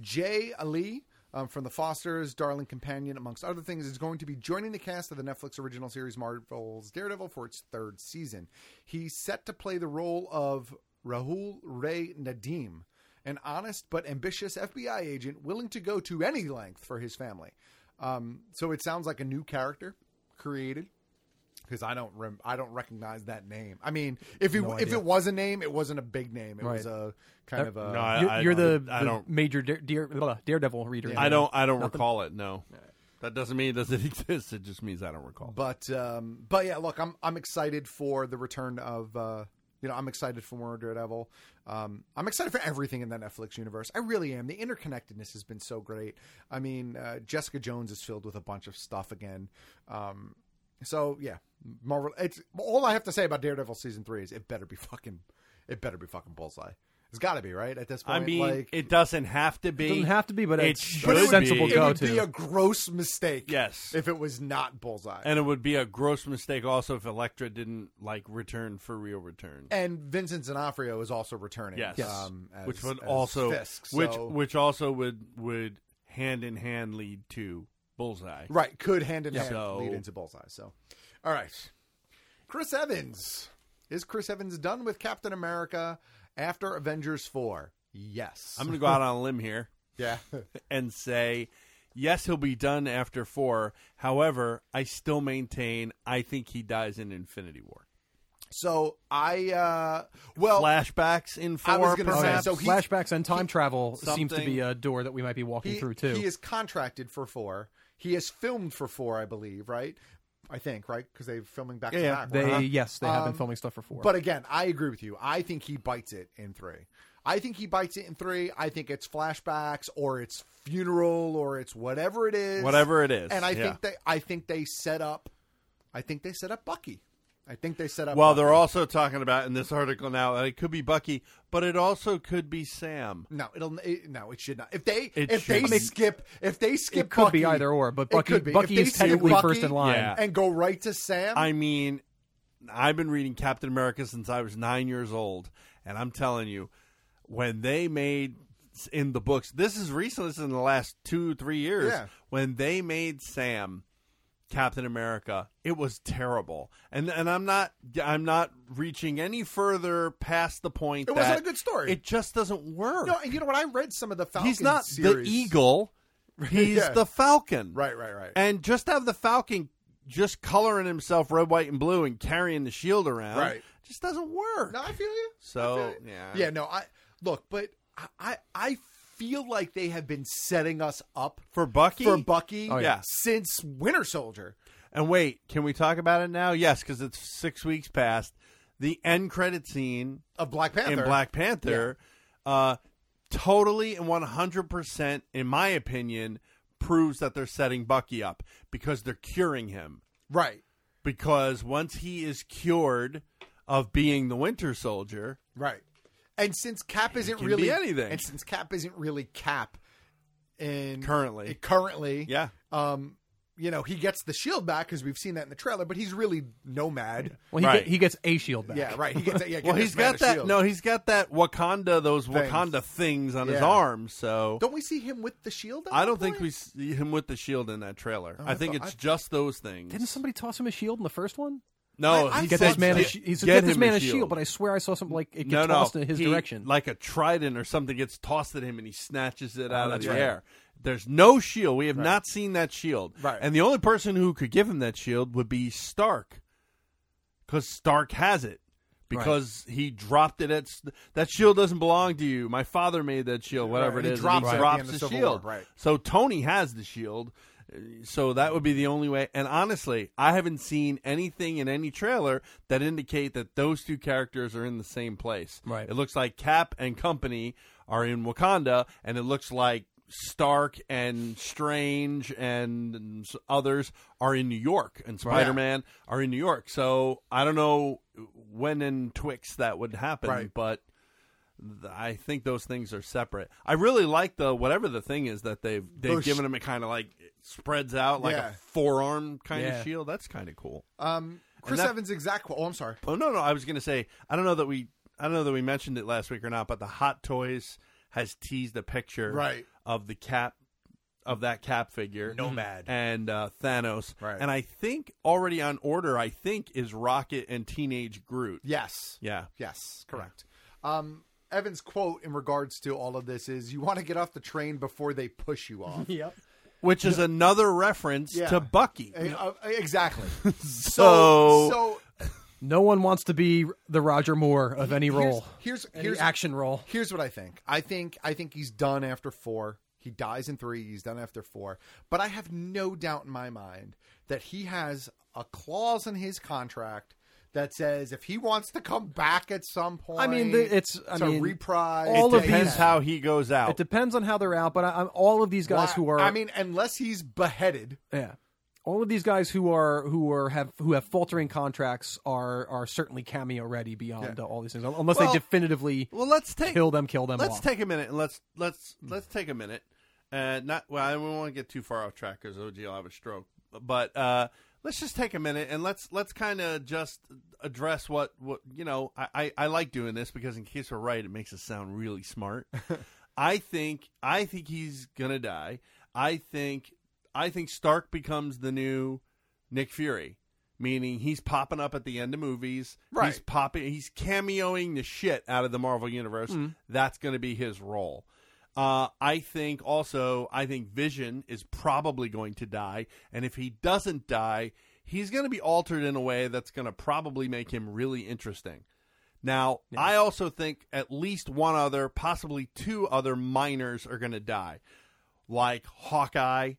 Jay Ali um, from The Fosters, Darling Companion, amongst other things, is going to be joining the cast of the Netflix original series Marvel's Daredevil for its third season. He's set to play the role of Rahul Ray Nadim, an honest but ambitious FBI agent willing to go to any length for his family. Um, so it sounds like a new character created because I don't rem- I don't recognize that name. I mean, if it
No
if
idea.
it was a name, it wasn't a big name. It
Right.
was a kind of a
uh, you're, you're the,
I
the
don't-
major dare, dare, blah, Daredevil reader.
I don't. I don't
Nothing.
recall it. No, that doesn't mean it doesn't exist. It just means I don't recall.
But um, but yeah, look, I'm I'm excited for the return of uh, you know I'm excited for more Daredevil. Um, I'm excited for everything in the Netflix universe. I really am. The interconnectedness has been so great. I mean, uh, Jessica Jones is filled with a bunch of stuff again. Um, so yeah, Marvel. It's all I have to say about Daredevil season three is it better be fucking it better be fucking bullseye. It's got to be right at this
I
point.
mean,
like,
it doesn't have to be.
It doesn't have to be, but
it
it's
should
but
be.
it's sensible
it
go
would be
to.
a gross mistake.
Yes.
if it was not bullseye.
And it would be a gross mistake also if Elektra didn't like return for real return.
And Vincent D'Onofrio is also returning.
Yes,
um, as-
which would
as
also
Fisk,
which
so-
which also would would hand in hand lead to Bullseye.
right could hand in hand
So-
lead into Bullseye. So, all right, Chris Evans is Chris Evans done with Captain America after Avengers four? Yes,
I'm going to go out on a limb here.
Yeah.
and say, yes, he'll be done after four. However, I still maintain I think he dies in Infinity War.
so I uh, well
Flashbacks in four.
I was gonna say,
perhaps?
so he-
Oh, Flashbacks and time travel seems to
something-
be a door that we might be walking
he,
through too.
he is contracted for four. He has filmed for four, I believe. Right. I think right because they're filming back to back.
They
right?
yes, they have been
Um,
filming stuff for four.
But again, I agree with you. I think he bites it in three. I think he bites it in three. I think it's flashbacks or it's funeral or it's whatever it is.
Whatever it is,
And I
yeah.
think they I think they set up I think they set up Bucky. I think they set up
Well,
Bucky.
they're also talking about in this article now. and It could be Bucky, but it also could be Sam.
No, it'll it, no, it should not. If they
It
if they
shouldn't.
skip if they skip
it could
Bucky,
be either or, but
it
Bucky,
could be.
Bucky
If they
is
skip
technically
Bucky
first in line.
Yeah.
and go right to Sam.
I mean, I've been reading Captain America since I was nine years old, and I'm telling you, when they made s- in the books. This is recent. This is in the last two, three years
Yeah.
when they made Sam Captain America. It was terrible, and and I'm not I'm not reaching any further past the point.
It wasn't
that
a good story.
It just doesn't work.
No, and you know what? I read some of the Falcon
He's not
series.
the eagle. He's
Yeah.
the Falcon.
Right, right, right.
And just have the Falcon just coloring himself red, white, and blue and carrying the shield around.
Right.
Just doesn't work.
No, I feel you.
So yeah.
Yeah, no, I look, but I- I I feel like they have been setting us up
For Bucky?
for Bucky,
Oh, yeah.
since Winter Soldier.
And wait, can we talk about it now? Yes, because it's six weeks past the end credit scene
of Black Panther.
In Black Panther, uh, totally and one hundred percent, in my opinion, proves that they're setting Bucky up because they're curing him.
Right.
Because once he is cured of being the Winter Soldier,
Right. And since Cap isn't
can be
really
anything.
and since Cap isn't really Cap, in eh,
Currently.
currently,
Yeah.
um, you know, he gets the shield back because we've seen that in the trailer, but he's really Nomad.
Well, he,
Right.
get, he gets a shield back.
Yeah, right. He gets yeah.
well,
get
he's
this man
got
a
that.
shield.
No, he's got that Wakanda, those
Things.
Wakanda things on his
Yeah.
arm. So
Don't we see him with the shield? at
I
one
don't think
point?
we see him with the shield in that trailer.
Oh,
I,
I
think
thought-
it's
I-
just those things.
Didn't somebody toss him a shield in the first one?
No,
I,
he
get
said
this man. A,
get-
shi- he's
get
get this
him
man
a
a shield.
shield.
but I swear I saw something like it gets
no,
tossed
no,
in his
he-
direction.
like a trident or something gets tossed at him, and he snatches
Oh,
it out of
that's
the
right.
air. There's no shield. We have not seen that shield.
Right.
And the only person who could give him that shield would be Stark, because Stark has it. Because he dropped it at s- that shield doesn't belong to you. My father made that shield, whatever
and
it
he
is. and
drops it at
he
the
drops
end of
the,
Civil War,
shield.
right.
So Tony has the shield. Uh, So that would be the only way. And honestly, I haven't seen anything in any trailer that indicate that those two characters are in the same place.
Right.
It looks like Cap and company are in Wakanda, and it looks like Stark and Strange and, and s- others are in New York, and
Right.
Spider Man are in New York. So I don't know when in Twix that would happen,
Right.
but th- I think those things are separate. I really like the whatever the thing is that they've they've
Those-
given him. It kind of like it spreads out like
Yeah.
a forearm kind
Yeah.
of shield. That's kind of cool.
Um, Chris
that-
Evans' exact. quote- Oh, I'm sorry.
Oh no, no, I was gonna say I don't know that we I don't know that we mentioned it last week or not, but the Hot Toys has teased a picture
Right.
of the cap of that cap figure
Nomad.
and uh, Thanos,
Right.
and I think already on order. I think is Rocket and Teenage Groot.
Yes.
Yeah,
Yes, correct. Um, Evan's quote in regards to all of this is you want to get off the train before they push you off.
yep.
which is another reference
Yeah.
to Bucky.
Uh, uh, exactly.
So-
so
no one wants to be the Roger Moore of any role.
Here's
Any
here's, here's
action role.
Here's what I think. I think I think he's done after four. He dies in three. He's done after four. But I have no doubt in my mind that he has a clause in his contract that says if he wants to come back at some point,
I mean, the, it's I
to
mean,
reprise.
All
it
of
depends
these,
how he goes out.
it depends on how they're out. But I, I'm all of these guys
Why-
who are
I mean, unless he's beheaded.
Yeah. All of these guys who are who are have who have faltering contracts are are certainly cameo ready beyond uh, all these things, unless they
Well-
definitively
Well, let's take
kill them, kill them.
Let's
off.
take a minute and let's let's let's take a minute. Uh, not well, I don't want to get too far off track because OG will have a stroke. But uh, let's just take a minute and let's let's kind of just address what what you know. I, I I like doing this because in case we're right, it makes us sound really smart. I think I think he's gonna die. I think I think Stark becomes the new Nick Fury, meaning he's popping up at the end of movies. He's
Right.
popping. He's cameoing the shit out of the Marvel universe.
Mm.
That's going to be his role. Uh, I think also. I think Vision is probably going to die, and if he doesn't die, he's going to be altered in a way that's going to probably make him really interesting. Now, I also think at least one other, possibly two other minors are going to die, like Hawkeye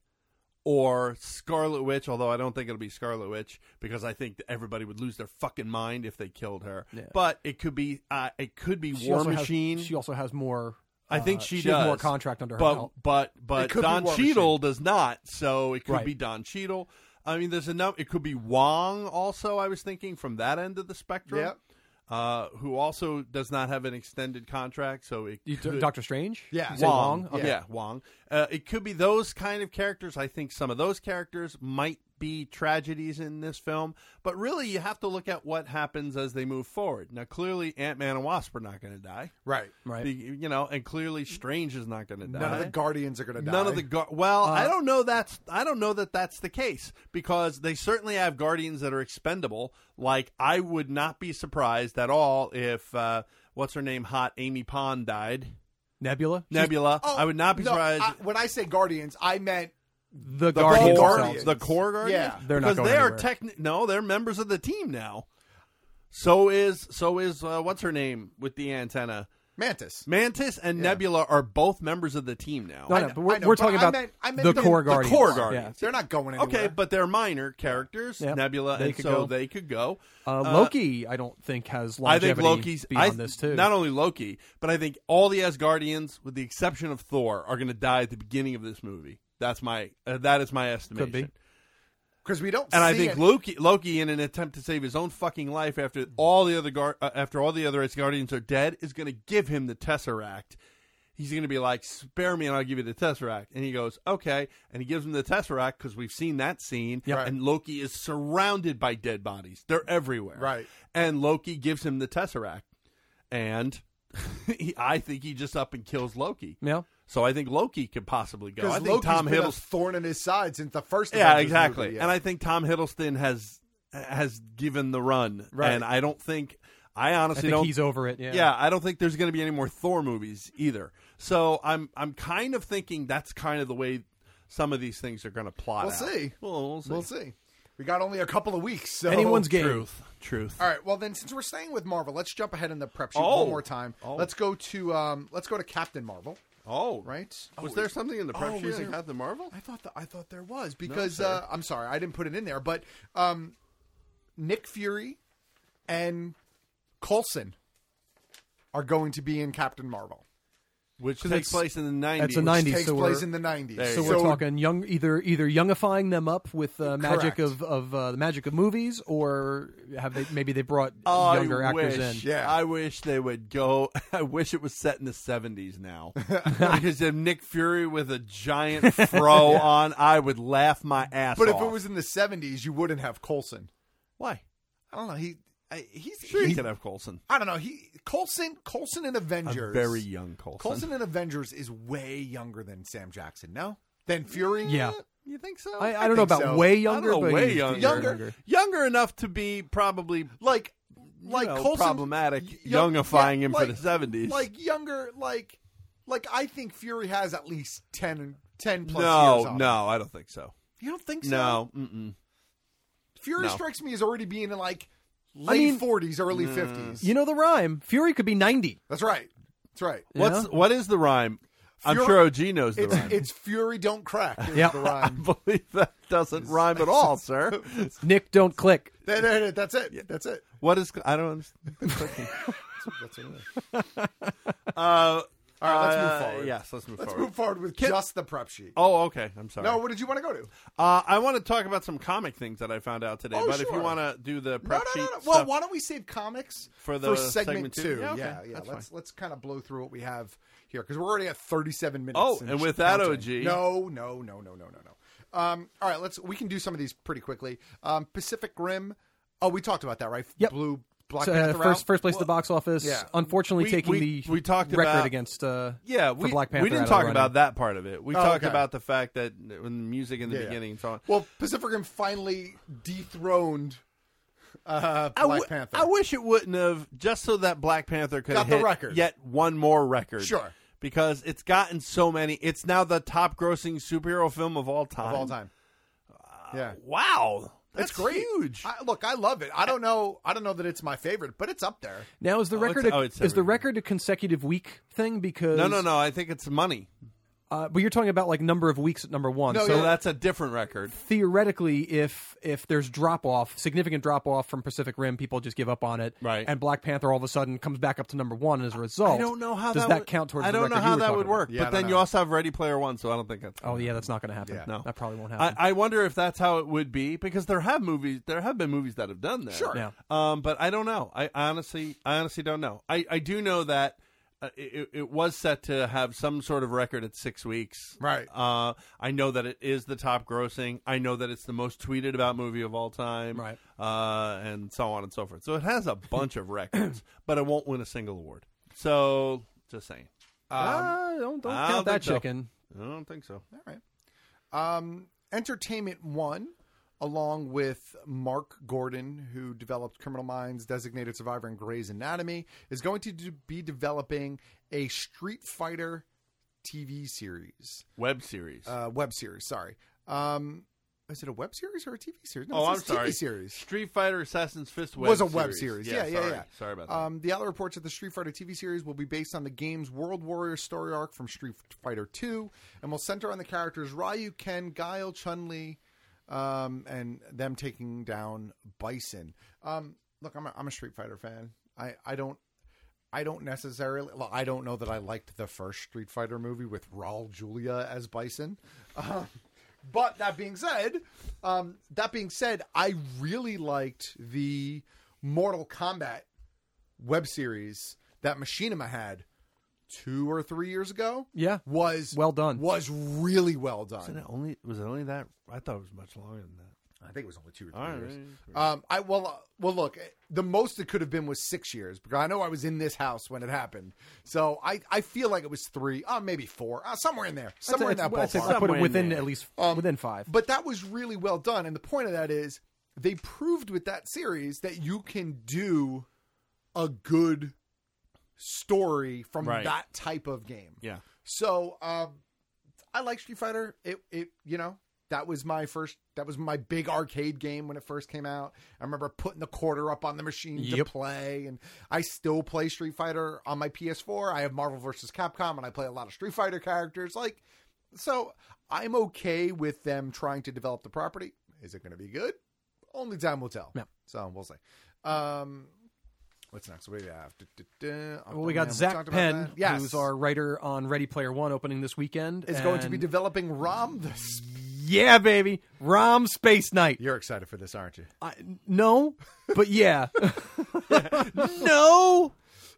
or Scarlet Witch, although I don't think it'll be Scarlet Witch because I think that everybody would lose their fucking mind if they killed her.
Yeah.
But it could be uh, it could be
She
War
also has-
Machine.
she also has more.
I think
uh,
she,
has
does
more contract under her
but,
belt.
But
It
but
could be
Don
War
Cheadle does not, so it could
Right.
be Don Cheadle. I mean, there's enough. It could be Wong also. I was thinking from that end of the spectrum.
Yep.
Uh, who also does not have an extended contract, so it
You-
could-
Doctor Strange.
Yeah.
You say
Wong,
Wong? Okay.
yeah, Wong. Uh, it could be those kind of characters. I think some of those characters might be tragedies in this film, but really you have to look at what happens as they move forward. Now, clearly, Ant Man and Wasp are not going to die,
right?
Right. you know, and clearly, Strange is not going to die.
None of the Guardians are going to die. Uh,
None of the Gar- well, I don't know that's I don't know that that's the case because they certainly have guardians that are expendable. Like I would not be surprised at all if uh, what's her name, hot Amy Pond died.
Nebula.
Nebula.
Oh,
I would not be
no,
surprised.
I- when I say Guardians, I meant
the,
The
Guardians.
Guardians.
themselves.
the core guardians.
Yeah.
They're not
because
going
they are
anywhere.
techni- no, they're members of the team now. So is so is uh, what's her name with the antenna.
Mantis.
Mantis and Nebula are both members of the team now.
No, no, I know- but we're- I know, we're but talking I about meant- I meant the the- core Guardians.
The core
Yeah.
guardians.
They're not going anywhere.
Okay, but they're minor characters,
Yep.
Nebula,
They
and
could
so
go.
they could go.
Uh, Loki, I don't think has longevity
I think Loki's
beyond
I,
this too.
Not only Loki, but I think all the Asgardians, with the exception of Thor, are going to die at the beginning of this movie. That's my uh, that is my estimation.
because we don't.
And I
see
think
it.
Loki, Loki, in an attempt to save his own fucking life after all the other guard, uh, after all the other Asgardians are dead, is going to give him the Tesseract. He's going to be like, "Spare me, and I'll give you the Tesseract." And he goes, "Okay," and he gives him the Tesseract because we've seen that scene. And Loki is surrounded by dead bodies; they're everywhere.
Right.
And Loki gives him the Tesseract, and he, I think he just up and kills Loki.
Yeah.
So I think Loki could possibly go. I
because
think
Loki's
Tom
been a
Hiddleston
thorn in his side since the first.
yeah,
Avengers
exactly.
movie,
And I think Tom Hiddleston has has given the run,
Right.
and I don't think I honestly
I think
don't.
he's over it, yeah.
I don't think there's going to be any more Thor movies either. So I'm I'm kind of thinking that's kind of the way some of these things are going to plot.
We'll
out.
see.
Well, we'll see.
We'll see. We got only a couple of weeks. So.
Anyone's game.
Truth. Truth.
All right. Well, then, since we're staying with Marvel, let's jump ahead in the prep sheet
Oh.
one more time.
Oh.
Let's go to um, let's go to Captain Marvel.
Oh,
right.
Was there something in the prep
oh,
sheet
was
that
there-
had the Marvel?
I thought that I thought there was because
sir.
uh, I'm sorry I didn't put it in there, but um, Nick Fury and Coulson are going to be in Captain Marvel.
Which
'Cause
takes
it's-
place in the nineties.
That's a 90s.
takes
so
place
we're-
in the 90s.
So we're talking young, either either youngifying them up with uh, magic
Correct.
of of uh, the magic of movies, or have they maybe they brought younger
I
actors
wish,
in?
I wish they would go. I wish it was set in the seventies now, because if Nick Fury with a giant fro
Yeah.
on, I would laugh my ass.
But if
off.
it was in the 70s, you wouldn't have Coulson.
Why?
I don't know. He I, he's
sure
he-
you could have Colson,
I don't know. He Colson Colson in Avengers.
very young Coulson.
Coulson in Avengers is way younger than Sam Jackson. No, than Fury.
Yeah.
You think so?
I- I don't know about way
I don't
younger,
know,
but
way
he's
younger.
younger.
Younger enough to be probably
like like
know,
Coulson-
problematic,
young-
youngifying
yeah,
him for
like-
the seventies.
Like younger, like like I think Fury has at least 10, 10 plus years.
no,
on him.
no, I don't think so.
you don't think so?
No, mm-mm.
Fury
no.
strikes me as already being in like
I mean-
late forties, early fifties.
You know the rhyme. Fury could be ninety.
That's right. That's right.
What's what is the rhyme? I'm
Fury-
sure OG knows the
It's,
rhyme.
it's Fury don't crack. Is
Yeah.
the rhyme.
I believe that doesn't rhyme at all, sir.
Nick, don't click.
That- that- that's it. That's it.
What is? I don't understand.
That's it.
uh, all
All right, let's move forward.
Uh, Yes, let's move
Let's
forward.
move forward with
Can-
just the prep sheet.
Oh, okay. I'm sorry.
No, what did you want to go to?
Uh, I want to talk about some comic things that I found out today.
Oh,
but if you
sure.
want to do the
No,
prep
no,
sheet,
no, no. Well,
stuff-
why don't we save comics
For the segment
segment,
two?
two?
Yeah, okay.
yeah. yeah.
That's
let's let's kind of blow through what we have here because we're already at thirty-seven minutes.
Oh, and with that, OG.
counting. No, no, no, no, no, no, no. Um, all right, let's. We can do some of these pretty quickly. Um, Pacific Rim. Oh, we talked about that, right?
Yep.
Blue Black
So, uh,
Panther
first
out?
first place to the box office.
yeah.
Unfortunately,
We-
taking
we-
the
we talked
record
about-
against uh,
yeah,
for
we,
Black Panther.
we
out
didn't
of
talk
the
about
running.
that part of it. We
Oh,
talked
okay.
about the fact that when the music in the
Yeah, yeah.
beginning and so on.
Well, Pacific Rim finally dethroned uh, Black
I wi-
Panther.
I wish it wouldn't have, just so that Black Panther could
Got
have
the
hit
record.
yet one more record.
Sure.
Because it's gotten so many. It's now the top grossing superhero film of all time.
of all time. yeah.
Uh,
Wow. That's
It's great.
huge.
I, look, I love it. I don't know. I don't know that it's my favorite, but it's up there.
Now is the record
it's-
a,
oh, it's
is the
everywhere.
record a consecutive week thing because
no, no, no. I think it's money.
Uh, but you're talking about like number of weeks at number one.
So
so
that's a different record.
theoretically, if if there's drop off, significant drop off from Pacific Rim, people just give up on it.
Right.
And Black Panther all of a sudden comes back up to number one as a result.
I don't know how
does
that,
that,
would-
count towards.
I
the
don't
record
know
you
how
were
that
talking
would
about?
work.
Yeah, I
but
don't
then
know.
you also have Ready Player One, so I don't think that's.
Oh yeah, that's not going to happen.
Yeah.
No, that probably won't happen.
I, I wonder if that's how it would be because there have movies, there have been movies that have done that.
Sure.
Yeah.
Um, but I don't know. I honestly, I honestly don't know. I, I do know that uh, it, it was set to have some sort of record at six weeks. Right. Uh, I know that it is the top grossing. I know that it's the most tweeted about movie of all time. Right. Uh, and so on and so forth. So it has a bunch of records, but it won't win a single award. So just saying.
Ah, don't- don't
I
count that
think so.
chicken.
I don't think so.
All right. Um, Entertainment One, along with Mark Gordon, who developed Criminal Minds, Designated Survivor, and Grey's Anatomy, is going to d- be developing a Street Fighter TV series,
Web series.
uh, web series. Sorry. Um, is it a web series or a TV series? No,
oh, I'm
it's a TV
sorry.
series
Street Fighter Assassin's Fist web
was a web series. Yeah, yeah,
sorry.
yeah.
Sorry about that.
Um, the outlet reports that the Street Fighter TV series will be based on the game's World Warrior story arc from Street Fighter II, and will center on the characters Ryu, Ken, Guile, Chun Li, um, and them taking down Bison. Um, look, I'm a, I'm a Street Fighter fan. I, I don't. I don't necessarily. Well, I don't know that I liked the first Street Fighter movie with Raul Julia as Bison. Um, but that being said, um, that being said, I really liked the Mortal Kombat web series that Machinima had two or three years ago.
Yeah,
was
well done.
Was really well done.
Wasn't it only was it only that? I thought it was much longer than that.
I think it was only two or
three
years. Um, I well, uh, well, look, the most it could have been was six years because I know I was in this house when it happened, so I, I feel like it was three, uh, maybe four, uh, somewhere in there, somewhere in that
I'd say- I'd
ballpark.
put it within at least
Um,
within five.
But that was really well done, and the point of that is they proved with that series that you can do a good story from
Right.
that type of game.
Yeah.
So um, I like Street Fighter. It it you know that was my first that was my big arcade game when it first came out. I remember putting the quarter up on the machine to
Yep.
play, and I still play Street Fighter on my PS4. I have Marvel vs. Capcom, and I play a lot of Street Fighter characters. Like so, I'm okay with them trying to develop the property. Is it going to be good? Only time will tell.
Yeah.
So we'll see. Um, what's next? What do we have? Du- du- du-
Well, we got
We
Zach
talked about
Penn,
that. Yes.
who's our writer on Ready Player One opening this weekend.
is going to be
and-
developing ROM this.
yeah, baby, ROM Space Night.
You're excited for this, aren't you?
I, no, but yeah, no,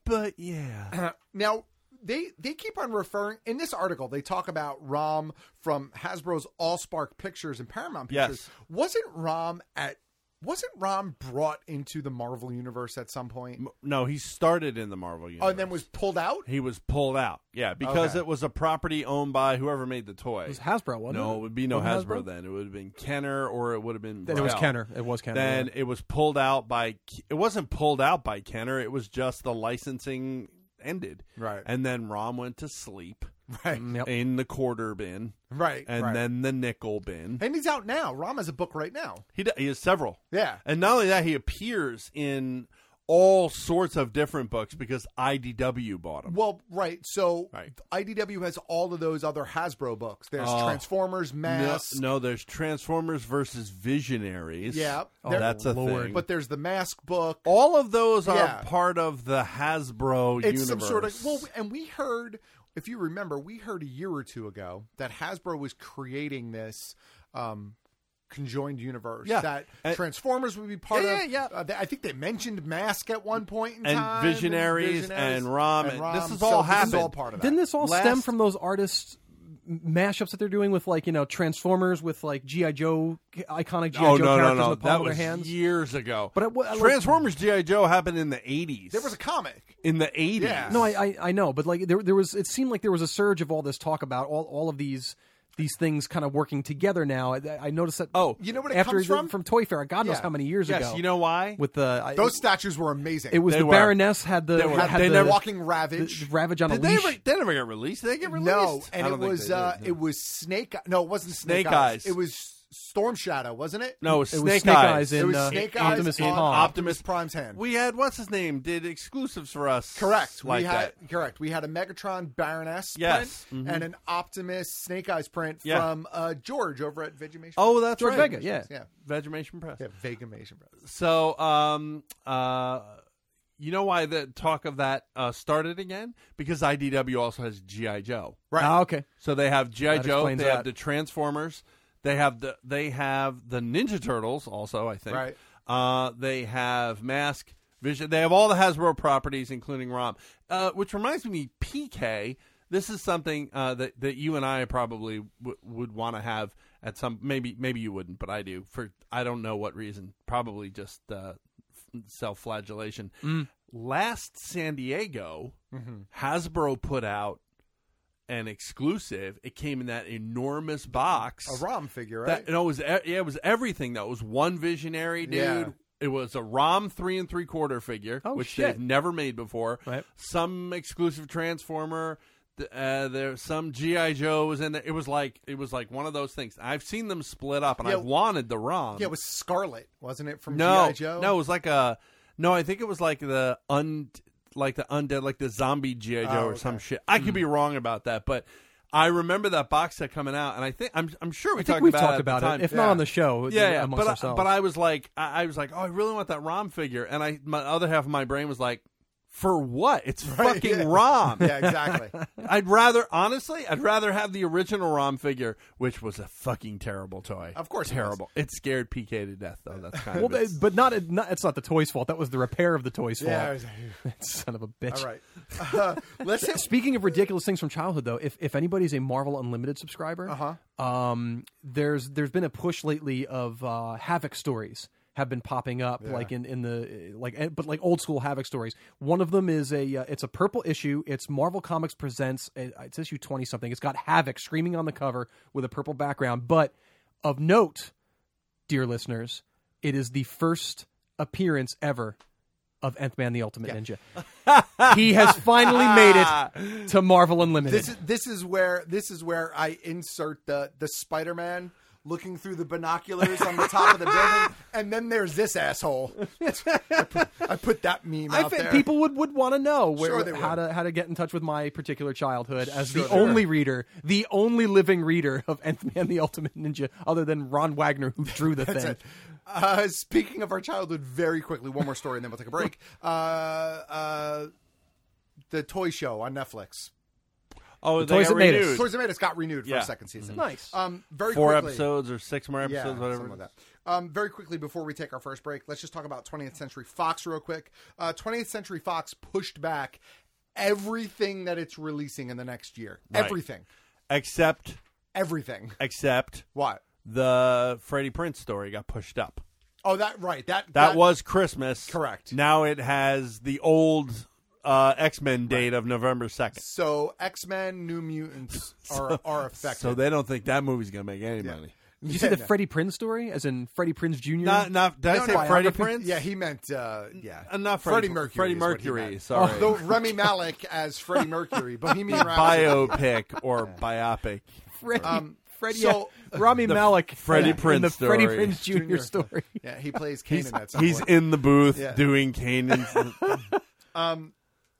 but yeah.
Uh, now they they keep on referring in this article. They talk about ROM from Hasbro's AllSpark Pictures and Paramount
Yes.
Pictures. Wasn't ROM at wasn't ROM brought into the Marvel universe at some point?
No, he started in the Marvel universe.
Oh, and then was pulled out.
He was pulled out. Yeah, because
Okay.
it was a property owned by whoever made the toy. It
was Hasbro, wasn't
no,
it?
it would be no
Wasn't
Hasbro,
Hasbro?
then. It would have been Kenner or it would have been
Then it was
Mattel.
Kenner. It was Kenner,
Then
yeah.
it was pulled out by it wasn't pulled out by Kenner, it was just the licensing ended.
Right.
And then Rom went to sleep.
Right.
In the quarter bin.
Right,
And
right.
then the nickel bin.
And he's out now. ROM has a book right now.
He d- he has several.
Yeah.
and not only that, he appears in all sorts of different books because IDW bought him.
Well, right. Uh, So IDW has all of those other Hasbro books. There's
Oh.
Transformers, Mask,
No, no, there's Transformers versus Visionaries.
Yeah,
oh,
there-
that's a thing.
But there's the mask book.
all of those are
Yeah.
part of the Hasbro
it's
universe.
some sort of well, and we heard if you remember, we heard a year or two ago that Hasbro was creating this. Um, conjoined universe
Yeah.
that
And-
Transformers would be part
Yeah,
of. Yeah, yeah. I think they mentioned Mask at one point in
And
time.
Visionaries and Rom, and this is
So
all
This is all
happened.
part of that.
Didn't this all
Last-
stem from those artists m- mashups that they're doing with like you know Transformers with like GI Joe iconic GI
oh
Joe
no no
characters
no!
in the palm
that
of their
was
hands?
years ago.
But it wa- I like-
Transformers GI Joe happened in the eighties.
There was a comic.
in the eighties.
No, I, I I know, but like there there was it seemed like there was a surge of all this talk about all all of these these things kind of working together now. I, I noticed that. Oh,
you know what it
after
comes
the-
from?
from Toy Fair, God knows
Yeah.
how many years
Yes,
ago.
you know
why?
With the I-
Those statues were amazing.
It was
They
the
were.
Baroness had the
They were.
had
They
the
never-
Walking Ravage.
the- the Ravage on a
Did they
leash.
ever, they never get released? Did they get released?
No, and
I
it
don't think
was
they
uh,
did, no.
it was Snake. No, it wasn't Snake,
Snake
Eyes.
Eyes.
It was Storm Shadow, wasn't it?
No, it was Snake, Eyes.
it was Snake Eyes on Optimus Prime's hand.
uh, We had what's his name did exclusives for us.
Correct.
Like
we had
that.
correct. We had a Megatron Baroness
Yes.
print
Mhm.
and an Optimus Snake Eyes print
Yeah.
from uh, George over at Vegemation.
Oh, that's
George
right.
Vega,
Vegas,
yeah.
Vegemation Press.
Yeah, Vegemation Brothers.
So, um, uh, you know why the talk of that uh, started again? Because IDW also has GI Joe.
Right.
Ah, okay.
So they have GI
That
Joe. They
explains
have
that.
the Transformers. They have the they have the Ninja Turtles. Also, I think.
Right.
Uh, they have Mask. Vision. They have all the Hasbro properties, including ROM. Uh, which reminds me, PK. This is something uh, that that you and I probably w- would want to have at some. Maybe maybe you wouldn't, but I do. For I don't know what reason. Probably just uh, f- self-flagellation.
Mm.
Last San Diego,
Mhm.
Hasbro put out an exclusive. It came in that enormous box,
A ROM figure,
That-
right?
no, it was e- yeah, it was everything though. It was one visionary dude.
Yeah.
It was a ROM three and three quarter figure,
Oh,
which
shit.
they've never made before. Some exclusive Transformer. th- Uh, there some GI Joe was in there. It was like it was like one of those things. I've seen them split up, and
Yeah.
I've wanted the ROM.
yeah, it was Scarlet, wasn't it? From
no,
GI Joe.
no, it was like a no. I think it was like the un like the undead, like the zombie GI Joe
Oh,
or some shit. I could be wrong about that, but I remember that box set coming out, and I think I'm I'm sure we
I think
talked
we've
about
talked
it at the
about it,
time.
if not Yeah. on the show,
Yeah, yeah.
amongst
but I,
ourselves.
but I was like, I, I was like, oh, I really want that ROM figure, and I my other half of my brain was like. For what? It's fucking
yeah.
ROM.
Yeah, exactly.
I'd rather, honestly, I'd rather have the original ROM figure, which was a fucking terrible toy. Of course, terrible. It, scared PK to death, though. That's kind
Well,
of its-
they- but not, not it's not the toy's fault. That was the repair of the toy's
Yeah, I
fault.
was-
Son of a bitch.
All right. Uh, let's hit
Speaking of ridiculous things from childhood, though, if, if anybody's a Marvel Unlimited subscriber, uh-huh. um, there's there's been a push lately of uh, Havoc stories have been popping up,
Yeah.
like in in the like, eh, but like old school Havoc stories. One of them is a uh, it's a purple issue. It's Marvel Comics presents. eh, It's issue twenty something. It's got Havoc screaming on the cover with a purple background. But of note, dear listeners, it is the first appearance ever of Ant Man the Ultimate Ninja. he has finally made it to Marvel Unlimited.
This is this is where this is where I insert the the Spider Man looking through the binoculars on the top of the building, and then there's this asshole. I put, I put that meme
I
out
think
there.
people would, would want to know where,
Sure they
how to how to get in touch with my particular childhood as the
Sure, sure.
only reader, the only living reader of Ant Man the Ultimate Ninja, other than Ron Wagner who drew the
That's
thing.
it. Uh, speaking of our childhood, very quickly, one more story, and then we'll take a break. Uh, uh, the toy show on Netflix.
Oh,
The they Toys got That Made Us. renewed.
Toys that made us got renewed for
Yeah.
a second season.
Mhm. Nice.
Um, very
four
quickly-
episodes or six more
Yeah,
episodes, whatever.
something like that. Um, very quickly before we take our first break, let's just talk about 20th Century Fox real quick. Uh, 20th Century Fox pushed back everything that it's releasing in the next year.
Right.
Everything,
Except,
everything.
except
what
the Freddie Prince story got pushed up.
Oh, that right. That
That, was Christmas,
Correct.
Now it has the old uh, X Men date of November second.
So X Men, New Mutants are are affected.
So they don't think that movie's gonna make any money.
You said the Freddie Prince story, as in Freddie Prince Jr.
Not- not- did I No, say no, Freddie biography? Prince?
Yeah, he meant uh, yeah.
Uh, not
Freddie
Freddie-
Mercury.
Freddie
is what he
Mercury,
meant.
sorry.
Though Remy Malik as Freddie Mercury, Bohemian Rhapsody.
Biopic or biopic.
Freddie,
Um,
Freddie,
so-
uh, Rami
The
Malik,
Freddie
in the- in
Prince
the Freddie
story.
Prince Jr.
Junior.
story.
Yeah, he plays Kanan
he's,
at some
he's
point.
in the booth
Yeah.
doing Canaan's
Um,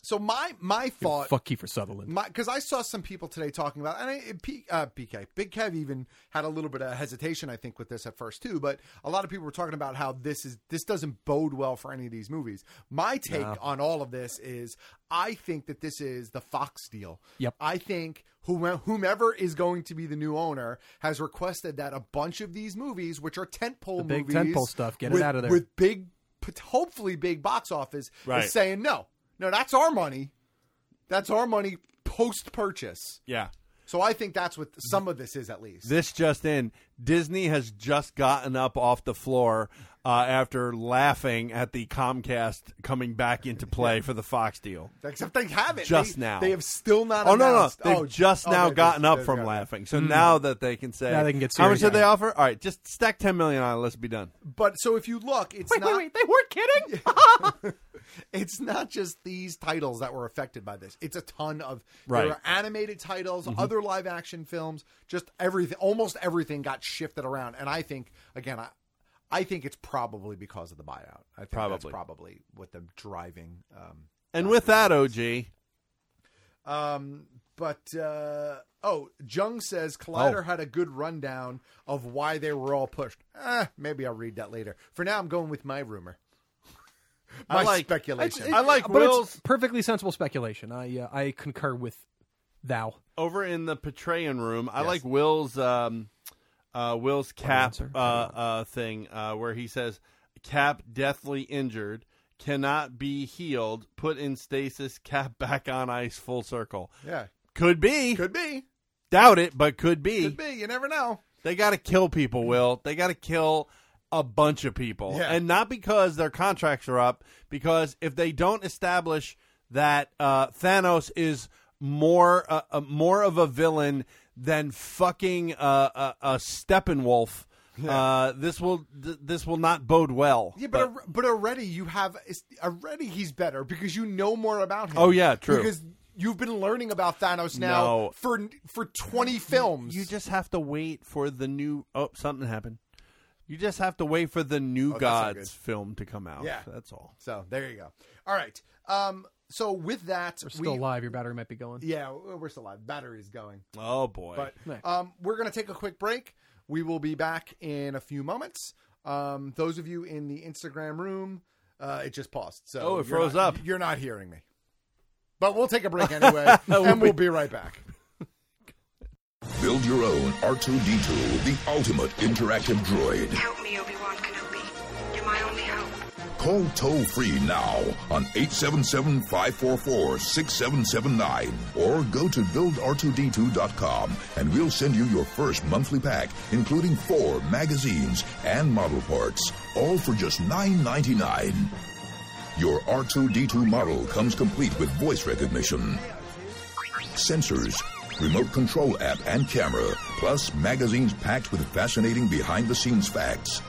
so my my thought
Fuck Kiefer Sutherland.
because I saw some people today talking about, and I, it- P, uh, PK, Big Kev even had a little bit of hesitation, I think, with this at first too. But a lot of people were talking about how this is this doesn't bode well for any of these movies. My take
No.
on all of this is, I think that this is the Fox deal.
Yep.
I think whome- whomever is going to be the new owner has requested that a bunch of these movies, which are tentpole
The big
movies,
tentpole stuff, get it
with-
out of there.
with big, pot- hopefully big box office,
Right.
is saying no, no, that's our money. That's our money post purchase.
Yeah.
So I think that's what some of this is at least.
This just in: Disney has just gotten up off the floor uh, after laughing at the Comcast coming back into play for the Fox deal.
Except they haven't
Just
They-
now,
They have still not.
Oh no, no,
announced-
they've
oh,
just
oh,
now
they've-
gotten up
they've
from
gotten- Hmm.
laughing. So now that they can say,
Now they can get
how much
serious.
did they offer? All right, just stack ten million on it. Let's be done.
But so if you look, it's
Wait,
not.
wait, wait! They weren't kidding. Uh,
It's not just these titles that were affected by this. It's a ton of
Right. Mm-hmm.
there are animated titles, other live action films, just everything. Almost everything got shifted around, and I think again, I, I think it's probably because of the buyout. I think that's
Probably.
probably what the driving. Um,
And with that, OG,
Um, but uh, oh, Jung says Collider
Oh.
had a good rundown of why they were all pushed. Eh, maybe I'll read that later. For now, I'm going with my rumor. My
I like
speculation.
I like
but
Will's
it's perfectly sensible speculation. I uh, I concur with thou.
over in the Petraean room. I like Will's um, uh, Will's cap uh, uh, thing uh, where he says Cap deathly injured. cannot be healed. Put in stasis, cap back on ice, full circle.
Yeah.
Could be.
Could be.
Doubt it, but could be.
Could be. You never know.
They got to kill people, Will. They got to kill a bunch of people.
Yeah.
And not because their contracts are up, because if they don't establish that uh, Thanos is more uh, uh, more of a villain than fucking uh, uh, uh, Steppenwolf, uh, this will th- this will not bode well.
Yeah, but but, already you have it's- already he's better because you know more about him.
Oh, yeah, true.
Because you've been learning about Thanos now
No.
for for twenty films.
You just have to wait for the new. Oh, something happened. You just have to wait for the new
Oh, that's not
gods
good.
film to come out.
Yeah.
that's all.
So there you go. All right. Um. So with that,
We're still
we,
live. Your battery might be going.
Yeah, we're still live. Battery's going.
Oh boy.
But
Nice.
um, we're going to take a quick break. We will be back in a few moments. Um, those of you in the Instagram room, uh, it just paused. So
Oh, it
you're
froze
not-
up.
You're not hearing me. But we'll take a break anyway, and we'll be right back.
Build your own R2D2, the ultimate interactive droid.
Help me, Obi-Wan Kenobi. You're my only hope.
Call toll free now on 877 544 6779 or go to buildr2d2.com and we'll send you your first monthly pack, including four magazines and model parts, all for just $9.99. Your R2D2 model comes complete with voice recognition, sensors, remote control app and camera, plus magazines packed with fascinating behind the scenes facts.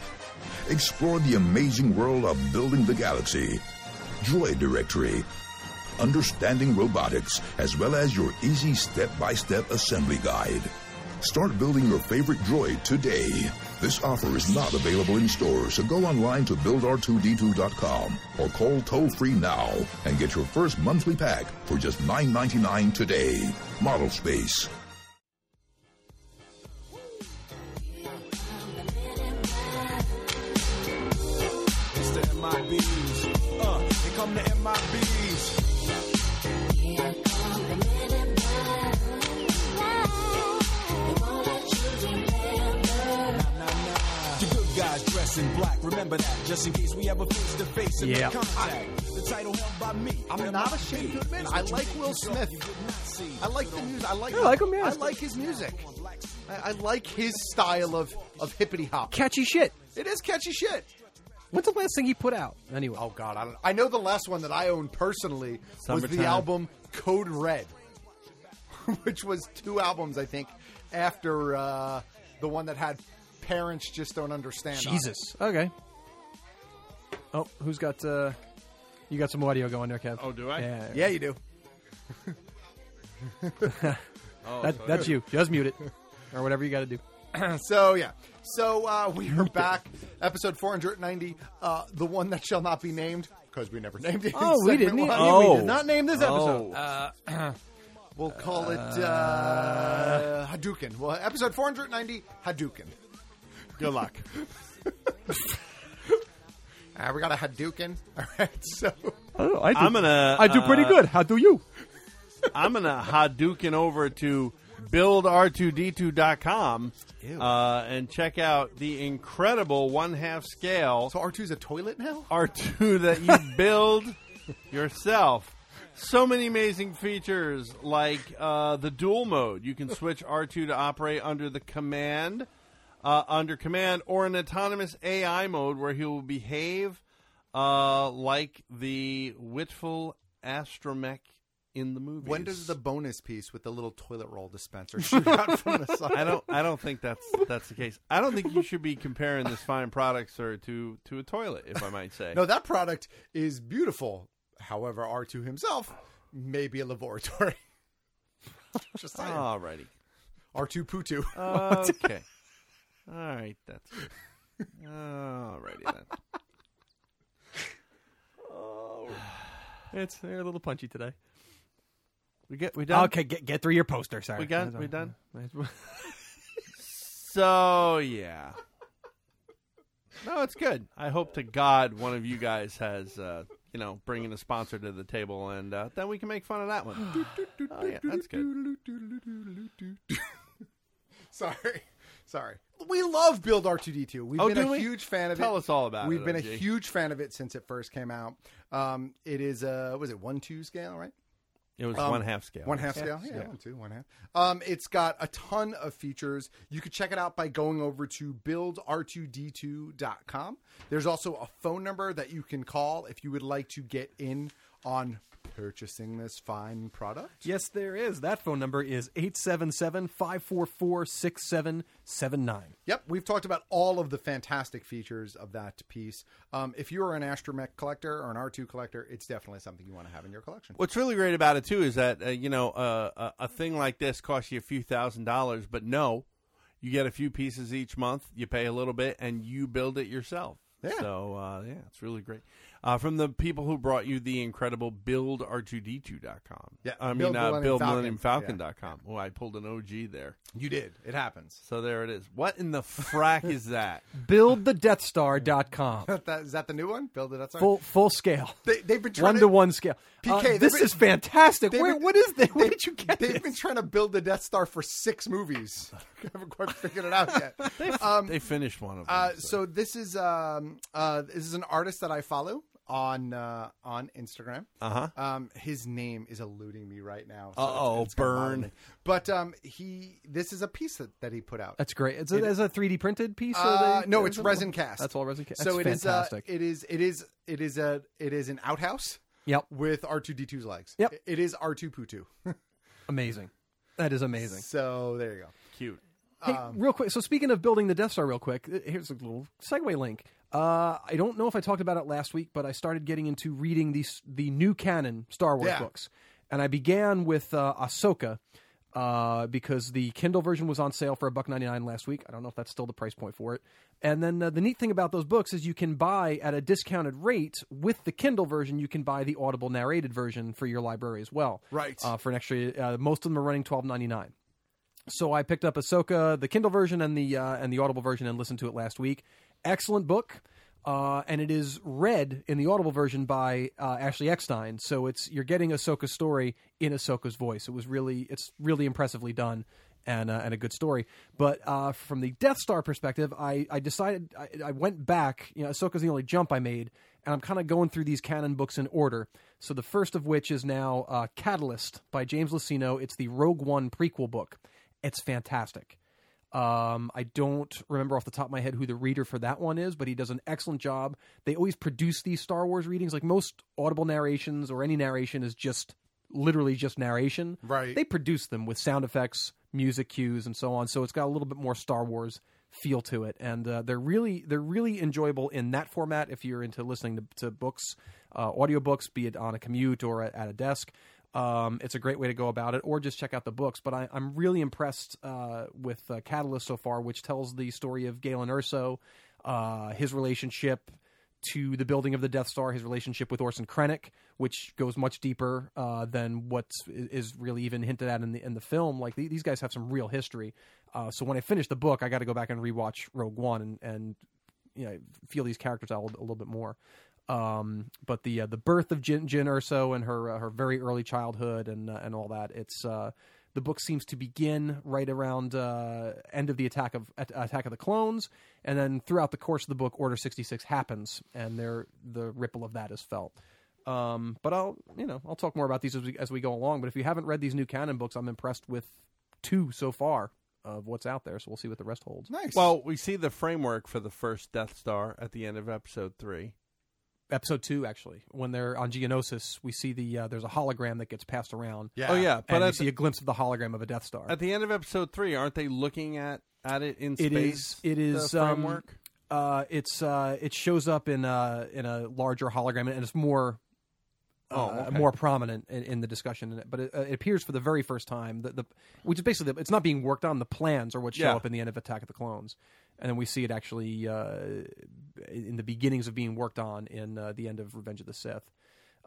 Explore the amazing world of building the galaxy, Droid Directory, understanding robotics, as well as your easy step by step assembly guide. Start building your favorite droid today. This offer is not available in stores, so go online to buildr2d2.com or call toll free now and get your first monthly pack for just $9.99 today. Model Space.
It's the MIBs. Uh, here come the MIBs. The good guys dress in black. Remember that, just in case we ever face to face and make
Yeah.
Ah,
contact. The title held by me.
I'm not ashamed to admit, I like Will Smith. I like the music. I like,
I like him, yeah.
I like his music. I, I like his style of, of hippity hop.
Catchy shit.
It is catchy shit.
When's the last thing he put out? Anyway.
Oh God, I don't. I know the last one that I owned personally was
Summertime.
the album Code Red, which was two albums I think after uh, the one that had parents just don't understand. on it.
Jesus. Okay. Oh, who's got? uh You got some audio going there, Kev?
Oh, do I?
Yeah.
yeah, you do.
Oh,
That,
so-
that's you. Just mute it, or whatever you got to do.
so yeah, so uh, we are back, episode four hundred ninety, uh, the one that shall not be named because we never named it. in
Oh, we
segment
didn't.
one.
Oh. We did not name this episode.
Uh, we'll call it uh, Hadouken. Well, episode 490, Hadouken.
Good luck.
Uh, we got a Hadouken. All right, so
Oh,
I do- I'm gonna, I do pretty uh, good.
How do you?
I'm gonna Hadouken over to buildr2d2.com uh, and check out the incredible one half scale. So
R2's a toilet now.
R2 that you build yourself. So many amazing features like uh, the dual mode. You can switch R2 to operate under the command, uh, under command, or an autonomous AI mode where he will behave uh, like the witful astromech in the movie.
When does the bonus piece with the little toilet roll dispenser shoot out from the side?
I don't. I don't think that's that's the case. I don't think you should be comparing this fine product, sir, to to a toilet, if I might say.
No, that product is beautiful. However, R2 himself may be a laboratory. Just saying.
Alrighty.
R2 Putu.
Uh. Okay. All right. That's good. All righty then.
It's they're a little punchy today.
We get we done.
Okay, get get through your poster. Sorry,
We done? We done? So yeah. No, it's good. I hope to God one of you guys has uh, you know bringing a sponsor to the table, and uh, then we can make fun of that one. oh yeah, that's good.
Sorry. Sorry. we love Build R2D2. We've
Oh,
been a
do we?
huge fan of it.
Tell us all about
We've
it,
been a
OG.
huge fan of it since it first came out. Um, it is a was it one two scale, right?
It was
Um,
one half scale.
One half
Yeah.
scale. Yeah,
Yeah.
one two, one half. Um, it's got a ton of features. You could check it out by going over to buildr2d2.com. There's also a phone number that you can call if you would like to get in on purchasing this fine product.
Yes, there is. That phone number is 877 544 6779.
Yep, we've talked about all of the fantastic features of that piece. Um, if you're an astromech collector or an R2 collector, it's definitely something you want to have in your collection.
What's really great about it too is that uh, you know uh, a, a thing like this costs you a few thousand dollars, but no, you get a few pieces each month. You pay a little bit, and you build it yourself.
Yeah.
So uh, yeah, it's really great. Uh, from the people who brought you the incredible buildr2d2.com.
Yeah,
I mean
Build
uh,
Millennium Falcon.
buildmillenniumfalcon.com. Oh, I pulled an OG there.
You did. It happens.
So there it is. What in the frack is that?
BuildTheDeathStar.com.
That- is that the new one? Build it outside.
Full full scale.
They, they've been trying
one to one scale.
PK,
Uh,
they've
this
been-
is fantastic.
they've
Where,
been-
what is this? Where
they-
did you get
They've
this?
been trying to build the Death Star for six movies. I haven't quite figured it out yet. Um,
they finished one of them.
uh, so this is um, uh, this is an artist that I follow on uh, on Instagram.
Uh-huh.
Um, his name is eluding me right now.
Uh-oh,
gonna bother
burn.
me. But um, he this is a piece that, that he put out.
That's great. It's
It-
a, it's a 3D printed piece. or
Uh,
they-
no,
or
it's
something?
resin cast.
That's all resin cast.
So
That's
it is
fantastic.
A, it is. It is. It is a. It is an outhouse.
Yep.
With R two D 2s legs.
Yep.
It- It is R two Putu.
amazing. That is amazing.
So there you go.
Cute.
Hey, real quick. So speaking of building the Death Star, real quick, uh, here's a little segue link. Uh, I don't know if I talked about it last week, but I started getting into reading these the new canon Star Wars
Yeah.
books, and I began with uh, Ahsoka uh, because the Kindle version was on sale for a buck ninety nine last week. I don't know if that's still the price point for it. And then uh, the neat thing about those books is you can buy at a discounted rate with the Kindle version. You can buy the Audible narrated version for your library as well,
Right.
Uh, for an extra, uh, most of them are running twelve ninety nine. So I picked up Ahsoka, the Kindle version and the uh, and the Audible version, and listened to it last week. Excellent book, uh, and it is read in the Audible version by uh, Ashley Eckstein. So it's you're getting Ahsoka's story in Ahsoka's voice. It was really it's really impressively done. And, uh, and a good story, but uh, from the Death Star perspective, I, I decided I, I went back. You know, Ahsoka's the only jump I made, and I'm kind of going through these canon books in order. So the first of which is now uh, Catalyst by James Luceno. It's the Rogue One prequel book. It's fantastic. Um, I don't remember off the top of my head who the reader for that one is, but he does an excellent job. They always produce these Star Wars readings. Like most audible narrations or any narration is just literally just narration. Right. They produce them with sound effects, music cues, and so on. So it's got a little bit more Star Wars feel to it, and uh, they're really they're really enjoyable in that format. If you're into listening to, to books, uh, audiobooks, be it on a commute or a- at a desk, um, it's a great way to go about it, or just check out the books. But I, I'm really impressed uh, with uh, Catalyst so far, which tells the story of Galen Erso, uh, his relationship to the building of the Death Star, his relationship with Orson Krennic, which goes much deeper uh, than what is really even hinted at in the in the film. Like the- these guys have some real history. Uh, so when I finish the book, I got to go back and rewatch Rogue One and, and you know feel these characters out a little, a little bit more. Um, but the uh, the birth of Jin, Jin Urso and her uh, her very early childhood and uh, and all that. It's uh, the book seems to begin right around uh, end of the attack of at, attack of the clones, and then throughout the course of the book, Order sixty six happens, and there the ripple of that is felt. Um, but I'll you know I'll talk more about these as we as we go along. But if you haven't read these new canon books, I'm impressed with two so far of what's out there. So we'll see what the rest holds.
Well, we see the framework for the first Death Star at the end of episode three.
episode two actually when they're on geonosis we see the uh, there's a hologram that gets passed around
Yeah. Oh, yeah, but
but i
at
see
the-
a glimpse of the hologram of a death star
At the end of episode three, aren't they looking at at it in
It
space?
is. it is
the
um,
framework.
uh, it's uh, it shows up in uh, in a larger hologram and it's more
Oh,
uh,
okay.
more prominent in, in the discussion, but it, uh, it appears for the very first time that the which is basically it's not being worked on. The plans are what show
Yeah.
up in the end of Attack of the Clones, and then we see it actually uh, in the beginnings of being worked on in uh, the end of Revenge of the Sith,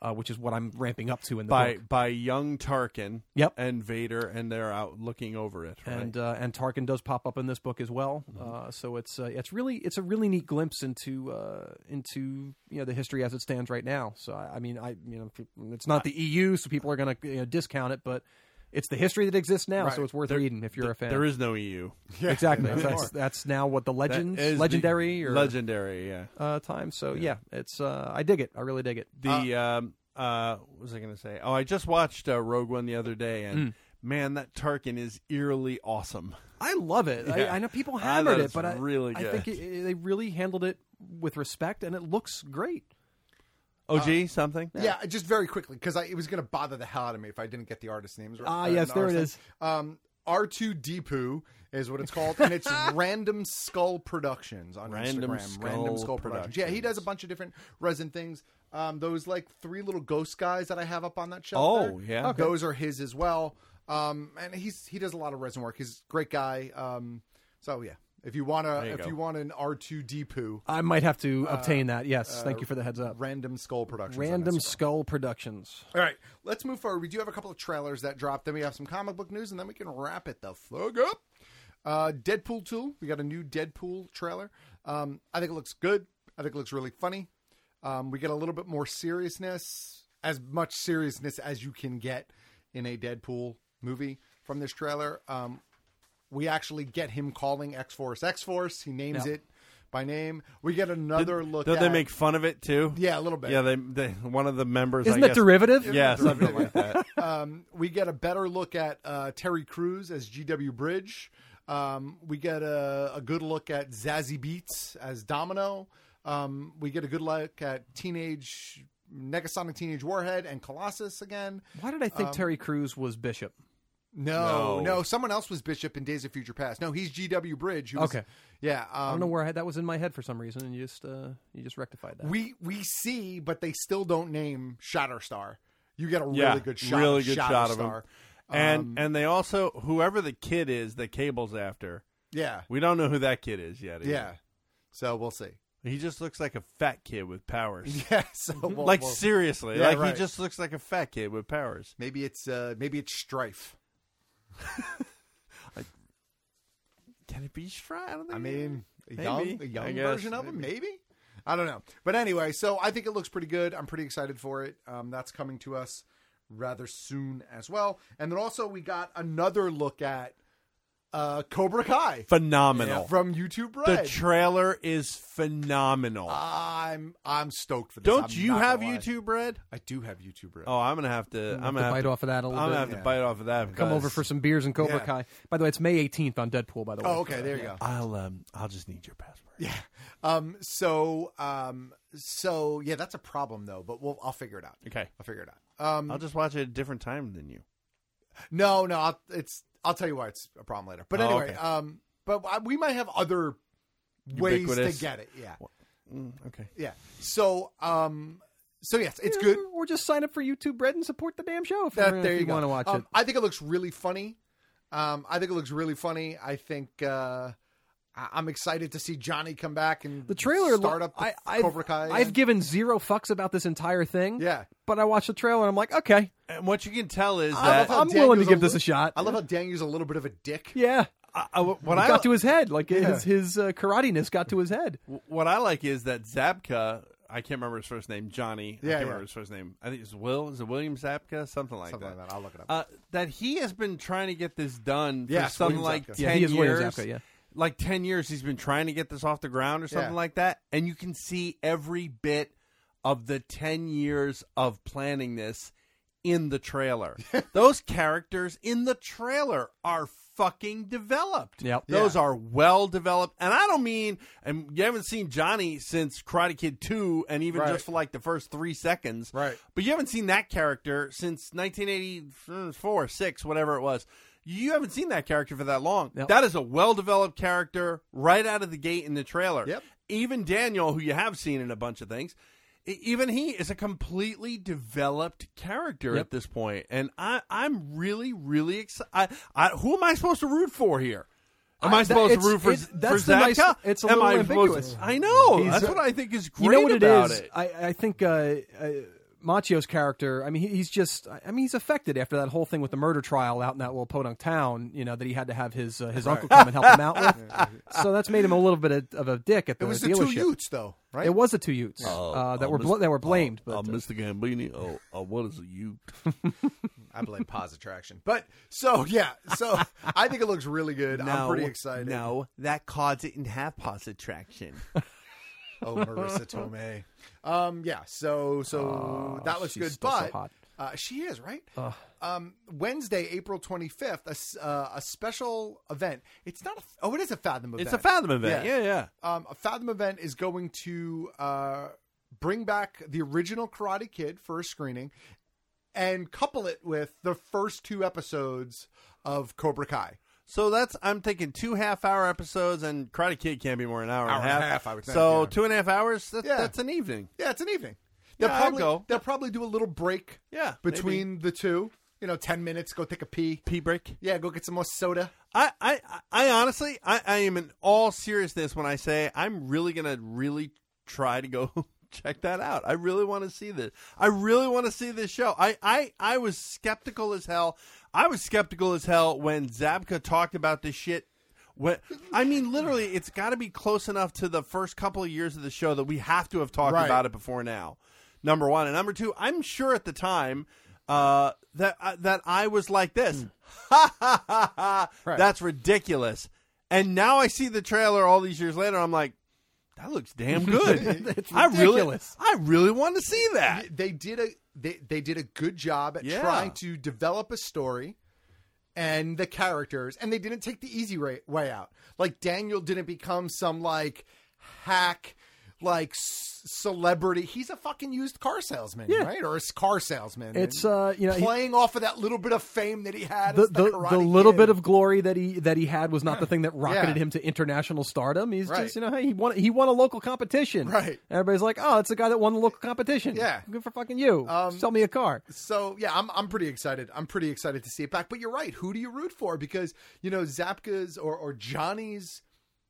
uh, which is what I'm ramping up to in the
by
book.
by young Tarkin.
Yep.
and Vader, and they're out looking over it. Right? Mm-hmm.
and uh, and Tarkin does pop up in this book as well. Uh, so it's uh, it's really it's a really neat glimpse into uh, into you know the history as it E stands right now. So I, I mean I you know it's not the EU, so people are going to you know, discount it, but It's the history that exists now,
Right.
so it's worth
There-
reading if you're a fan.
There is no EU.
exactly.
There
That's
are.
that's now what the legend
That is the
legendary or
legendary, yeah.
uh, time. So yeah, it's uh, I dig it. I really dig it.
The um, uh, what was I going to say? Oh, I just watched uh, Rogue One the other day, and
Mm.
man, that Tarkin is eerily awesome.
I love it.
Yeah.
I, I know people
I thought
hammered
it
it,
was
but I,
really
I
good.
think it, it- they really handled it with respect, and it looks great.
OG something?
Yeah, just very quickly because it was going to bother the hell out of me if I didn't get the artist names right.
Ah,
uh,
yes,
the
there it
artist names. Um, R2 Deepu is what it's called, and it's Random Skull Productions on
Random
Instagram.
Skull
Random Skull Productions. Yeah, he does a bunch of different resin things. Um, those like three little ghost guys that I have up on that shelf.
Oh,
there,
yeah. Okay.
those are his as well. Um, and he's he does a lot of resin work. He's a great guy. Um, so yeah, if you want to,
you
if
go.
you want an R2 Deepu,
I might have to
uh,
obtain that. Yes,
uh,
thank you for the heads up.
Random Skull Productions. on
Random Skull Productions.
all right, let's move forward. We do have a couple of trailers that dropped. Then we have some comic book news, and then we can wrap it the fuck up. Uh, Deadpool 2. We got a new Deadpool trailer. Um, I think it looks good. I think it looks really funny. Um, we get a little bit more seriousness, as much seriousness as you can get in a Deadpool movie from this trailer. Um, we actually get him calling X Force X Force. He names
Yeah.
it by name. We get another look
Did
at
they make fun of it too?
Yeah, a little bit.
Yeah, they, they one of the members.
Isn't
I
that
guess-
derivative?
Yeah, something like that.
um, we get a better look at uh, Terry Crews as GW Bridge. Um, we get a, a good look at Zazie Beats as Domino. Um, we get a good look at Teenage Negasonic Teenage Warhead and Colossus again.
Why did I think
Um,
Terry Crews was Bishop?
No, no, someone else was Bishop in Days of Future Past. No, he's GW Bridge. Who was-
Okay.
yeah. Um,
I don't know where I had that was in my head for some reason, and you just uh, you just rectified that.
we we see, but they still don't name Shatterstar. You get a really
yeah,
good shot.
really
of
good shot of him.
Shatterstar.
And
Um,
and they also whoever the kid is that cables after.
Yeah.
we don't know who that kid is yet. either.
Yeah. So we'll see.
He just looks like a fat kid with powers.
Yeah, so we'll-
Mm-hmm. like
we'll-
seriously,
Yeah,
like
right.
he just looks like a fat kid with powers.
Maybe it's uh, maybe it's strife.
Can it be Strife? I, don't think
I
it-
mean, a
Maybe.
young, a
I
young
guess.
version of him, maybe. I don't know, but anyway, so I think it looks pretty good. I'm pretty excited for it. Um, that's coming to us rather soon as well, and then also we got another look at uh, Cobra Kai.
phenomenal
Yeah, from YouTube
The
Red.
trailer is phenomenal.
I'm I'm stoked for this.
Don't
Ah, I'm
you
not gonna
have
lie.
YouTube Red?
I do have YouTube Red.
Oh, I'm gonna have
I'm
to. I'm
gonna
gonna
have to
have
bite off of that a
I'm
little
gonna
bit.
have
Yeah.
to bite off of that.
Come over for some beers and Cobra
Yeah.
Kai. By the way, it's May 18th on Deadpool. By the way.
Oh, okay, there you go.
I'll um, I'll just need your password.
Um, so um, so yeah, that's a problem though, but we'll I'll figure it out.
Okay,
I'll figure it out. Um,
I'll just watch it at a different time than you.
No, no, I'll, it's. I'll tell you why it's a problem later. But
Oh,
anyway,
okay.
um, but I- we might have other ways
Ubiquitous.
to get it. Yeah,
Mm, okay.
yeah. So, um, so yes, it's good.
Or just sign up for YouTube Red and support the damn show if,
That-
you're-
there
if
you
you
go.
want to watch
Um,
it.
I think it looks really funny. Um, I think it looks really funny. I think uh, I- I'm excited to see Johnny come back and
The trailer
start
lo-
up the
I, I've,
Cobra Kai.
I've given zero fucks about this entire thing.
Yeah.
But I watched the trailer and I'm like, okay,
And what you can tell is
I love
that
how I'm willing to give this a shot.
I love how Daniel's a little bit of a dick.
yeah.
I, I- what
it
I
got to his head, like
Yeah.
his his uh, karatiness got to his head.
what I like is that Zabka. I can't remember his first name. Johnny. I
Yeah,
can't
yeah.
remember his first name. I think it's Will. Is it William Zabka? Something like
Something
that.
like that. I'll look it up.
Uh, that he has been trying to get this done for
Yes,
something
William
like
Zabka.
ten
Yeah, he is William
years.
Zabka, yeah.
Like ten years, he's been trying to get this off the ground or something
Yeah.
like that. And you can see every bit of the ten years of planning this in the trailer. Those characters in the trailer are fucking developed.
Yep.
Those are well developed. And I don't mean and you haven't seen Johnny since Karate Kid 2 and even
Right.
just for like the first 3 seconds.
Right.
But you haven't seen that character since 1984, 6, whatever it was. You haven't seen that character for that long.
Yep.
That is a well developed character right out of the gate in the trailer.
Yep.
Even Daniel, who you have seen in a bunch of things, e- even he is a completely developed character
Yep.
at this point. And I, I'm really, really excited. I, I, who am I supposed to root for here? Am
I-
I,
that-
supposed
it's-
to root for,
it-
Z-
that's
for
the nice-
Zabka?
it's a
Am
little
I supposed-
ambiguous.
I know.
He's-
that's what I think is great
you know what
about
it is?
it.
I, I think uh, uh, Machio's character. I mean, he, he's just. I I mean, he's affected after that whole thing with the murder trial out in that little podunk town. You know that he had to have his uh, his uncle come and help him out with. so that's made him a little bit of, of a dick at the
It was the
dealership.
two Utes, though, right?
It was the two Oh, uh, Utes uh, that were bl- that were blamed. but uh,
Mr. Gambini. Oh, uh, what is a you?
I blame Pause Attraction. But so yeah, so I think it looks really good. I'm
No,
pretty excited.
No, that car didn't have pause attraction.
Oh, Marissa Tomei. Um, yeah. So so
Oh,
that looks
she's
good.
still so
but
hot.
Uh, she is right.
Ugh.
Um, Wednesday, April twenty fifth, a, s- uh, a special event. It's not. A, oh, it is a Fathom event.
It's a Fathom event. Yeah,
Um, a Fathom event is going to uh, bring back the original Karate Kid for a screening, and couple it with the first two episodes of Cobra Kai.
So that's I'm thinking two half hour episodes, and Karate Kid can't be more than an hour,
Hour
and a half.
I would think.
so
yeah.
two and a half hours. That's,
Yeah.
that's an evening.
Yeah, it's an evening.
Yeah,
They'll
I'd
probably
go.
they'll probably do a little break.
Yeah,
between the two, you know, ten minutes. Go take a pee.
Pee break.
Yeah, go get some more soda.
I, I, I honestly, I, I am in all seriousness when I say I'm really gonna really try to go check that out. I really want to see this. I really want to see this show. I, I, I was skeptical as hell. I was skeptical as hell when Zabka talked about this shit. What I mean, literally, it's got to be close enough to the first couple of years of the show that we have to have talked
Right.
about it before now. Number one and number two, I'm sure at the time uh, that that I was like
Hmm.
this. Ha ha ha ha! That's ridiculous. And now I see the trailer all these years later. I'm like, that looks damn good.
It's
I really,
ridiculous.
I really want to see that.
They did a they, they did a good job at
Yeah.
trying to develop a story and the characters, and they didn't take the easy ra- way out. Like Daniel didn't become some like hack. Like c- celebrity, he's a fucking used car salesman,
Yeah.
right? Or a s- car salesman.
It's,
And
uh, you know, he-
playing off of that little bit of fame that he had.
The,
as the,
the,
Karate
the little
Kid.
bit of glory that he that he had was not the thing that rocketed
Yeah.
him to international stardom. He's
Right.
just you know hey, he won he won a local competition.
Right.
Everybody's like, oh, it's the guy that won the local competition.
Yeah. Um,
Good for fucking you. Sell me a car.
So yeah, I'm I'm pretty excited. I'm pretty excited to see it back. But you're right. Who do you root for? Because you know Zapka's or or Johnny's,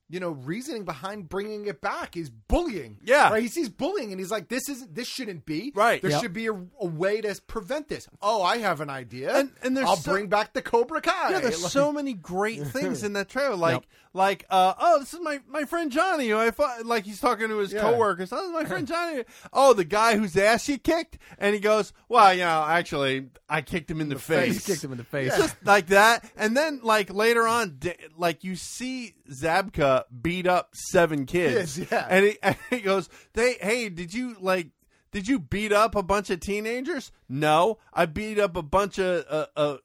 you know, reasoning behind bringing it back is bullying.
Yeah.
right. He sees bullying and he's like, this isn't. This shouldn't be.
Right.
There
Yep.
should be a, a way to prevent this. Oh, I have an idea.
And- and there's
I'll
so-
bring back the Cobra Kai.
Yeah, there's
Like-
so many great things in that trailer. Like, like, uh, oh, this is my, my friend Johnny. Who I fought, like he's talking to his
Yeah.
coworkers. Oh, this is my friend Johnny. Oh, the guy whose ass you kicked, and he goes, well, you know, actually, I kicked him in the, face.
Kicked him in the face.
It's just like that. And then like later on, d- like you see Zabka beat up seven kids,
Kids, yeah.
and, he, and he goes, "They, hey, did you like?" Did you beat up a bunch of teenagers? No, I beat up a bunch of uh, uh,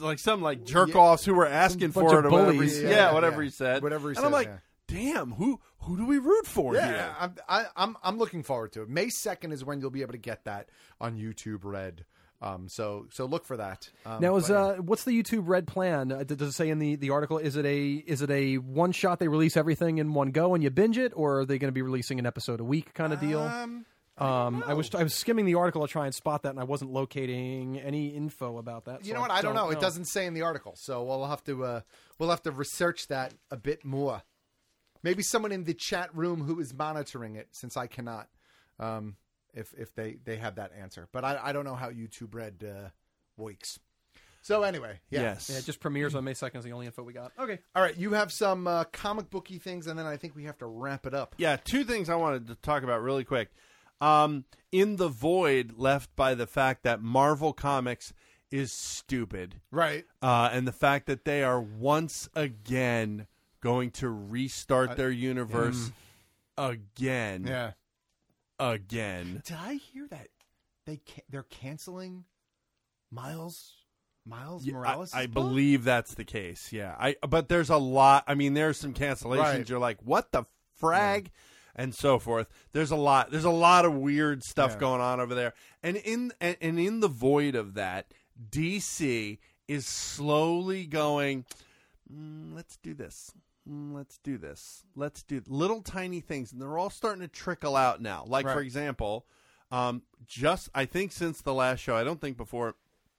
like some like jerk offs who were asking
Bunch
for it
of
or whatever.
bullies.
He, yeah,
Yeah,
whatever
yeah.
he said.
Whatever he
and I'm
said,
like,
yeah.
damn, who who do we root for
Yeah,
here?
I'm, I, I'm I'm looking forward to it. May second is when you'll be able to get that on YouTube Red. Um, so so look for that. Um,
now is
but-
uh, what's the YouTube Red plan? Uh, d- does it say in the, the article? Is it a is it a one shot? They release everything in one go and you binge it, or are they going to be releasing an episode a week kind of deal? Um, I, was I was skimming the article to try and spot that, and I wasn't locating any info about that.
You
so
know what? I don't, know. It doesn't
say.
say in the article, so we'll have to uh, we'll have to research that a bit more. Maybe someone in the chat room who is monitoring it, since I cannot, um, if if they they have that answer. But I, I don't know how YouTube Red uh, works. So anyway, yeah.
Yes.
Yeah, it just premieres on May second. Is the only info we got. Okay.
All right, you have some uh, comic booky things, and then I think we have to wrap it up.
Yeah, two things I wanted to talk about really quick. Um, in the void left by the fact that Marvel Comics is stupid.
Right.
Uh, and the fact that they are once again going to restart their universe again.
Yeah.
Again.
Did I hear that they ca- they're canceling Miles Miles
Yeah, I-
Morales?
I, believe that's the case. Yeah. I but there's a lot. I mean, there's some cancellations.
Right.
You're like, what the frag, and so forth. There's a lot. There's a lot of weird stuff
Yeah.
going on over there. And in and, and in the void of that, DC is slowly going. "Mm, let's do this. Mm, Let's do this. Let's do little tiny things, and they're all starting to trickle out now. Like for
Right.
example, um, just I think since the last show, I don't think before.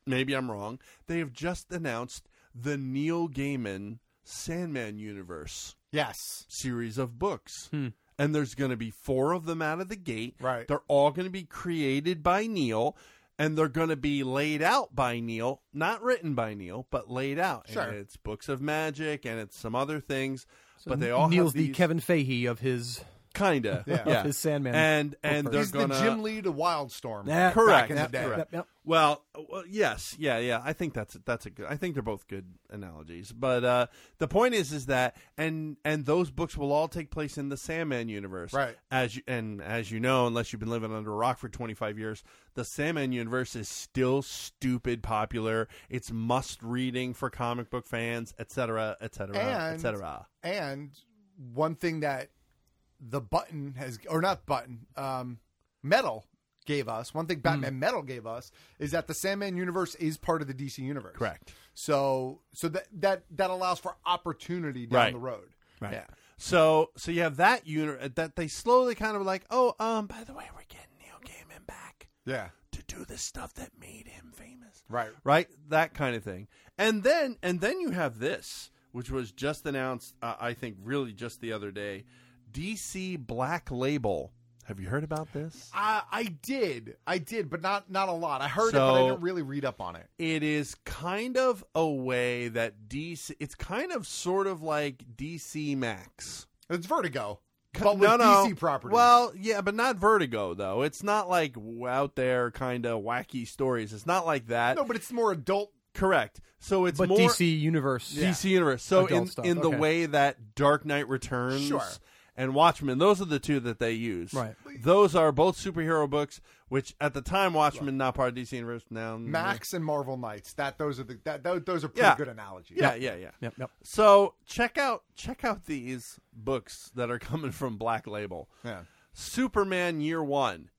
Maybe I'm wrong. They have just announced the Neil Gaiman Sandman universe
yes.
series of books.
Hmm.
And there's going to be four of them out of the gate.
Right.
They're all going to be created by Neil and they're going to be laid out by Neil, not written by Neil, but laid out.
Sure.
And it's books of magic and it's some other things, but they all
Neil's
have these,
the Kevin Feige of his
Kinda,
Yeah.
yeah.
Of his Sandman
and and they're
he's
gonna
the gym lead of Wildstorm.
Yeah, correct.
Correct. Back in the day.
Correct. Well, uh, well, yes, yeah, yeah. I think that's that's a good. I think they're both good analogies. But uh, the point is, is that and and those books will all take place in the Sandman universe,
Right.
As you, and as you know, unless you've been living under a rock for twenty five years, the Sandman universe is still stupid popular. It's must reading for comic book fans, et cetera, et cetera, et
and
cetera.
and one thing that the button has or not button um metal gave us one thing
Mm.
batman metal gave us is that the sandman universe is part of the dc universe
Correct.
so so that that that allows for opportunity down
Right.
the road
Right.
yeah
So so you have that unit uh, that they slowly kind of like, oh, um, by the way, we're getting
yeah
to do the stuff that made him famous.
right
right that kind of thing and then and then you have this which was just announced uh, i think really just the other day dc black label have you heard about this
I, I did i did but not not a lot i heard it but i
So-
didn't really read up on it
it is kind of a way that dc it's kind of sort of like dc max
it's vertigo
Co-
but with
no, no.
dc properties
Well, yeah, but not Vertigo though. It's not like w- out there kind of wacky stories. It's not like that.
no but it's more adult
Correct. So it's
but
more
DC Universe,
DC Universe. So
Adult
in,
stuff.
in the
Okay.
way that Dark Knight Returns
Sure.
and Watchmen, those are the two that they use.
Right.
Those are both superhero books, which at the time Watchmen not part of DC Universe now.
max and marvel knights that those are the that tho- those are pretty
Mm-hmm. Yeah.
good analogies
Yeah, yeah, yeah.
Yep, yep.
So check out check out these books that are coming from Black Label.
Yeah.
Superman Year One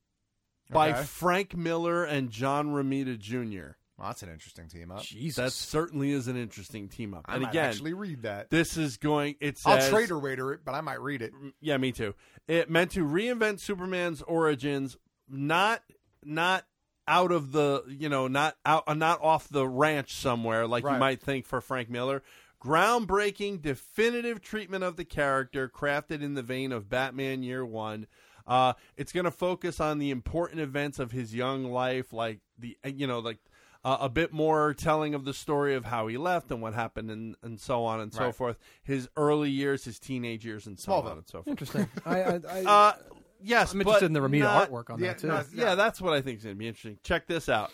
by
Okay.
Frank Miller and John Romita Jr.
Well, that's an interesting team
Uh,
up.
That certainly is an interesting team up.
I
and
might
again,
actually read that.
This is going. It
I'll
says- Mm.
trade or waiter it, but I might read it.
Yeah, me too. It meant to reinvent Superman's origins, not not out of the you know not out uh, not off the ranch somewhere like
Right.
you might think for Frank Miller. Groundbreaking, definitive treatment of the character, crafted in the vein of Batman Year One. Uh, it's going to focus on the important events of his young life, like the uh, you know like. Uh, a bit more telling of the story of how he left and what happened and, and so on and so
Right.
forth. His early years, his teenage years, and so
Smallville.
on and so forth.
Interesting. I, I, I
Uh, yes,
I'm
but
interested in the Ramita
not-
artwork on
yeah,
that too.
not- yeah, that's what I think is going to be interesting. Check this out: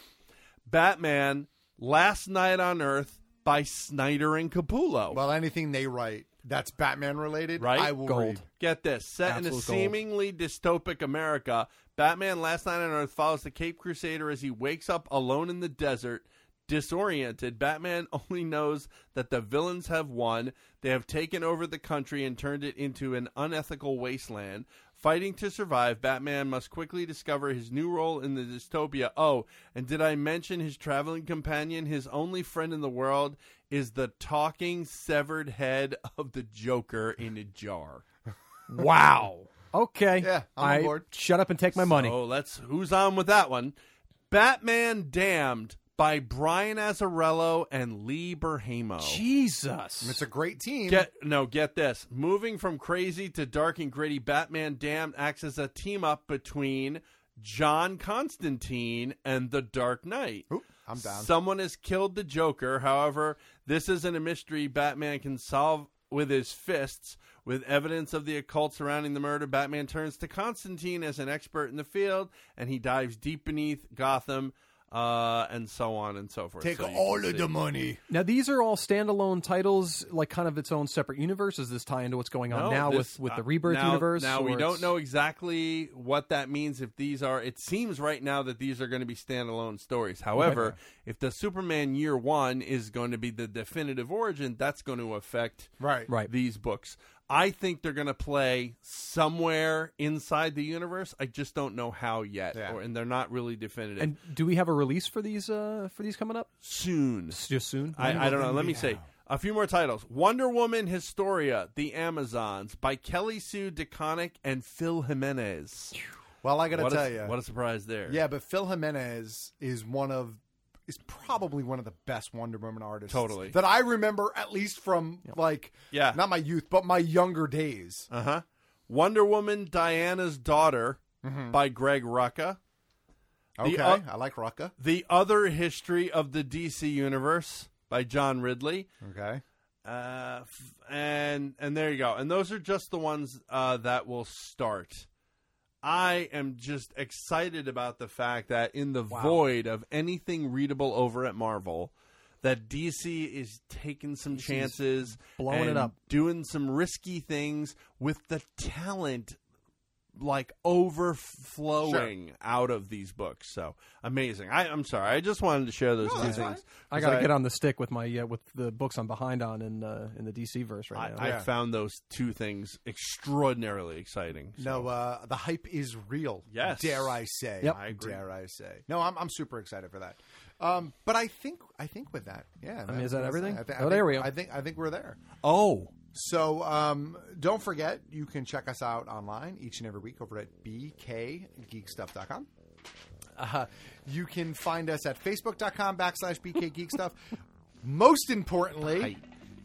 Batman: Last Night on Earth by Snyder and Capullo.
Well, anything they write that's Batman related,
right?
I will read.
Get this: set in a
Absolute gold.
seemingly dystopic America, Batman: Last Night on Earth follows the Cape Crusader as he wakes up alone in the desert. Disoriented, Batman only knows that the villains have won. They have taken over the country and turned it into an unethical wasteland. Fighting to survive, Batman must quickly discover his new role in the dystopia. Oh, and did I mention his traveling companion, his only friend in the world, is the talking severed head of the Joker in a jar?
Wow. Okay.
Yeah, I'm on
I-
board.
Shut up and take my money.
Oh, let's who's on with that one? Batman Damned by Brian Azzarello and Lee Berhamo.
Jesus.
It's a great team.
Get no, get this. Moving from crazy to dark and gritty, Batman Damned acts as a team up between John Constantine and the Dark Knight.
I'm down.
Someone has killed the Joker. However, this isn't a mystery Batman can solve with his fists. With evidence of the occult surrounding the murder, Batman turns to Constantine as an expert in the field, and he dives deep beneath Gotham, uh, and so on and so forth.
Take
So you
all
can
of
see-
the money.
Now these are all standalone titles, like kind of its own separate universe. Does this tie into what's going on
No,
now
this-
with with the
uh,
rebirth
now-
universe?
Now we
or
don't
it's-
know exactly what that means. If these are, it seems right now that these are going to be standalone stories. However,
Okay.
if the Superman Year One is going to be the definitive origin, that's going to affect
Right.
Right.
these books. I think they're going to play somewhere inside the universe. I just don't know how yet,
Yeah.
or, and they're not really definitive.
And do we have a release for these uh for these coming up?
soon,
Just soon.
I, I don't know. Let me see. A few more titles. Wonder Woman Historia, The Amazons by Kelly Sue DeConnick and Phil Jimenez.
Well, I got to
What a-
tell you.
What a surprise there.
Yeah, but Phil Jimenez is one of is probably one of the best Wonder Woman artists.
Totally.
That I remember at least from like
Yeah.
not my youth, but my younger days.
Uh huh. Wonder Woman Diana's Daughter by Greg Rucka. The
Okay.
o-
I like Rucka.
the Other History of the DC Universe by John Ridley.
Okay.
Uh, f- and and there you go. And those are just the ones uh, that will start. I am just excited about the fact that in the void of anything readable over at Marvel, that DC is taking some chances,
blowing it
and
up.
doing some risky things with the talent like overflowing out of these books. So amazing. I, I'm sorry. I just wanted to share those two things.
I
'Cause
got to get on the stick with my uh, with the books I'm behind on in uh, in the DC verse
I,
right now.
I found those two things extraordinarily exciting.
No, uh, the hype is real.
Yes.
dare I say?
Yep. I agree.
Dare I say? No, I'm, I'm super excited for that. Um, but I think I think with that, yeah.
I mean, is that everything?
I thi- I
Oh, there
think-
we go.
I think I think we're there.
Oh,
So um, don't forget, you can check us out online each and every week over at bkgeekstuff.com. Uh, you can find us at facebook.com backslash bkgeekstuff. Most importantly,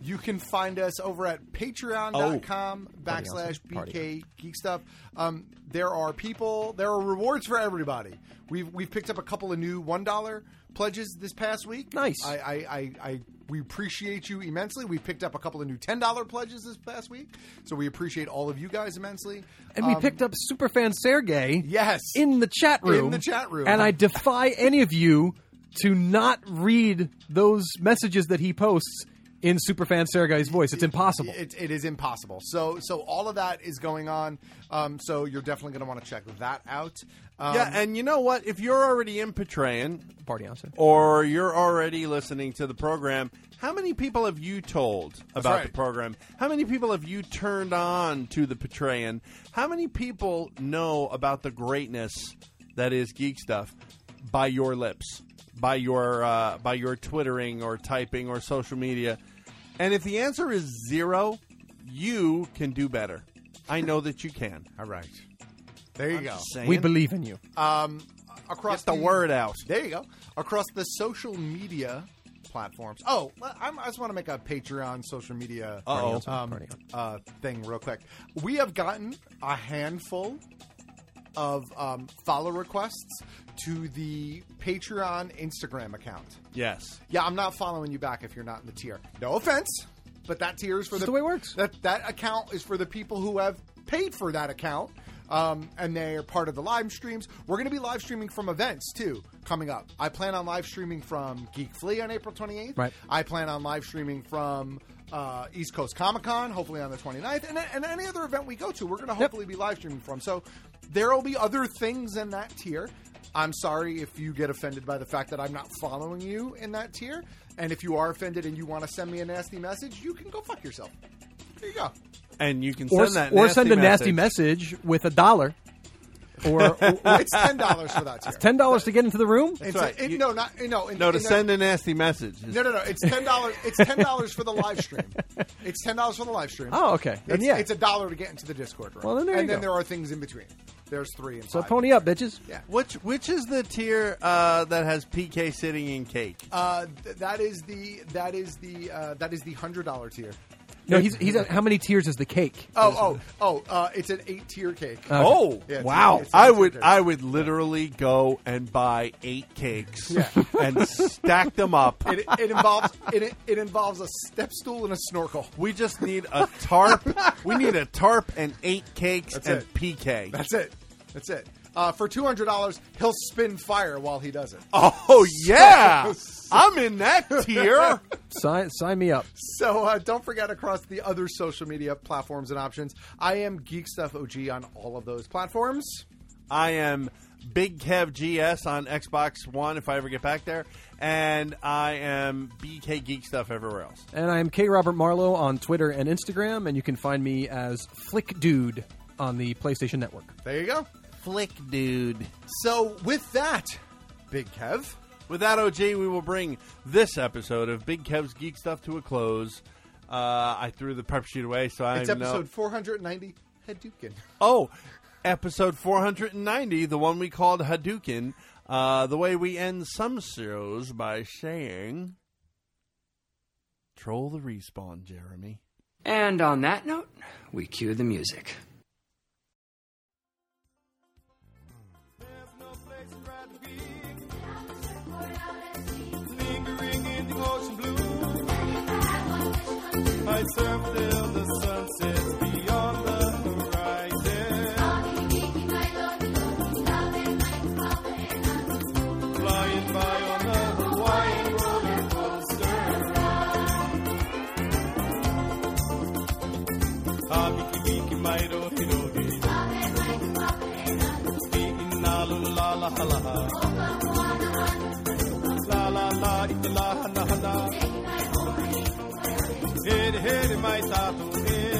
you can find us over at patreon.com
Oh.
backslash
Party
bkgeekstuff. Um, there are people, there are rewards for everybody. We've, we've picked up a couple of new $1 pledges this past week.
Nice.
I, I, I, I we appreciate you immensely. We picked up a couple of new ten dollar pledges this past week, so we appreciate all of you guys immensely.
and we
Um,
picked up superfan Sergey.
Yes,
in the chat room.
In the chat room.
And I defy any of you to not read those messages that he posts in superfan Sergey's voice. It's impossible.
it, it is impossible. So so all of that is going on. Um, so you're definitely going to want to check that out. Um,
yeah, and you know what? If you're already in Patreon,
Party on, sir.
or you're already listening to the program, how many people have you told about
right.
the program? How many people have you turned on to the Patreon? How many people know about the greatness that is geek stuff by your lips, by your uh, by your twittering or typing or social media? And if the answer is zero, you can do better. I know that you can.
All right. There you
I'm
go.
just saying.
We believe in you.
um, across
Get the word out.
There you go. Across the social media platforms. Oh, I'm, I just want to make a Patreon social media
Uh-oh. Party on,
um, uh, thing real quick. We have gotten a handful of um, follow requests to the Patreon Instagram account.
Yes.
Yeah, I'm not following you back if you're not in the tier. No offense, but that tier is for the,
the way it works.
That that account is for the people who have paid for that account, um, and they are part of the live streams. We're going to be live streaming from events too coming up. I plan on live streaming from Geek Flea on April 28th.
Right.
I plan on live streaming from. Uh, East Coast Comic Con, hopefully on the 29th, and, and any other event we go to, we're going to hopefully be live streaming from. So there will be other things in that tier. I'm sorry if you get offended by the fact that I'm not following you in that tier. And if you are offended and you want to send me a nasty message, you can go fuck yourself. There you go.
And you can
Or,
send that
or
nasty
send a nasty
message.
message with a dollar. Or, or- or-
It's ten dollars for that tier.
ten dollars to get into the room.
It's a, it, no, not no. In,
No,
in
to
the-
send a nasty message.
No, no, no. It's ten dollars. It's ten dollars for the live stream. It's ten dollars for the live stream.
Oh, okay. Then
It's,
yeah.
it's a dollar to get into the Discord room.
Well, then there
and
you
then
go.
there are things in between. There's three and
so
five.
pony up, bitches.
Yeah.
Which which is the tier uh, that has PK sitting in cake?
Uh, th- that is the that is the uh, that is the hundred dollar tier.
No, he's he's at, how many tiers is the cake?
Oh, oh, oh! Uh, it's an eight tier cake.
Okay.
Oh
Yeah, it's-
wow!
it's- it's-
I
it's
would
okay.
I would literally go and buy eight cakes and stack them up.
It, it involves it, it involves a step stool and a snorkel.
We just need a tarp. we need a tarp and eight cakes
That's
and
it.
PK.
That's it. That's it. Uh, for two hundred dollars, he'll spin fire while he does it. Uh,
oh yeah, I'm in that tier.
Sign sign me up.
So uh, don't forget across the other social media platforms and options. I am Geek Stuff OG on all of those platforms.
I am Big Kev GS on Xbox One if I ever get back there, and I am BK Geek Stuff everywhere else.
And I'm K. Robert Marlowe on Twitter and Instagram, and you can find me as Flick Dude on the PlayStation Network.
There you go.
Flick dude.
So with that, Big Kev.
With that, OG, we will bring this episode of Big Kev's Geek Stuff to a close. Uh, I threw the prep sheet away, so I
It's
know-
episode 490, Hadouken.
Oh, episode 490, the one we called Hadouken. Uh, the way we end some shows by saying, "Troll the respawn, Jeremy."
And on that note, we cue the music.
Lingering in the ocean blue.
Hit, hit, my tattoo, hit.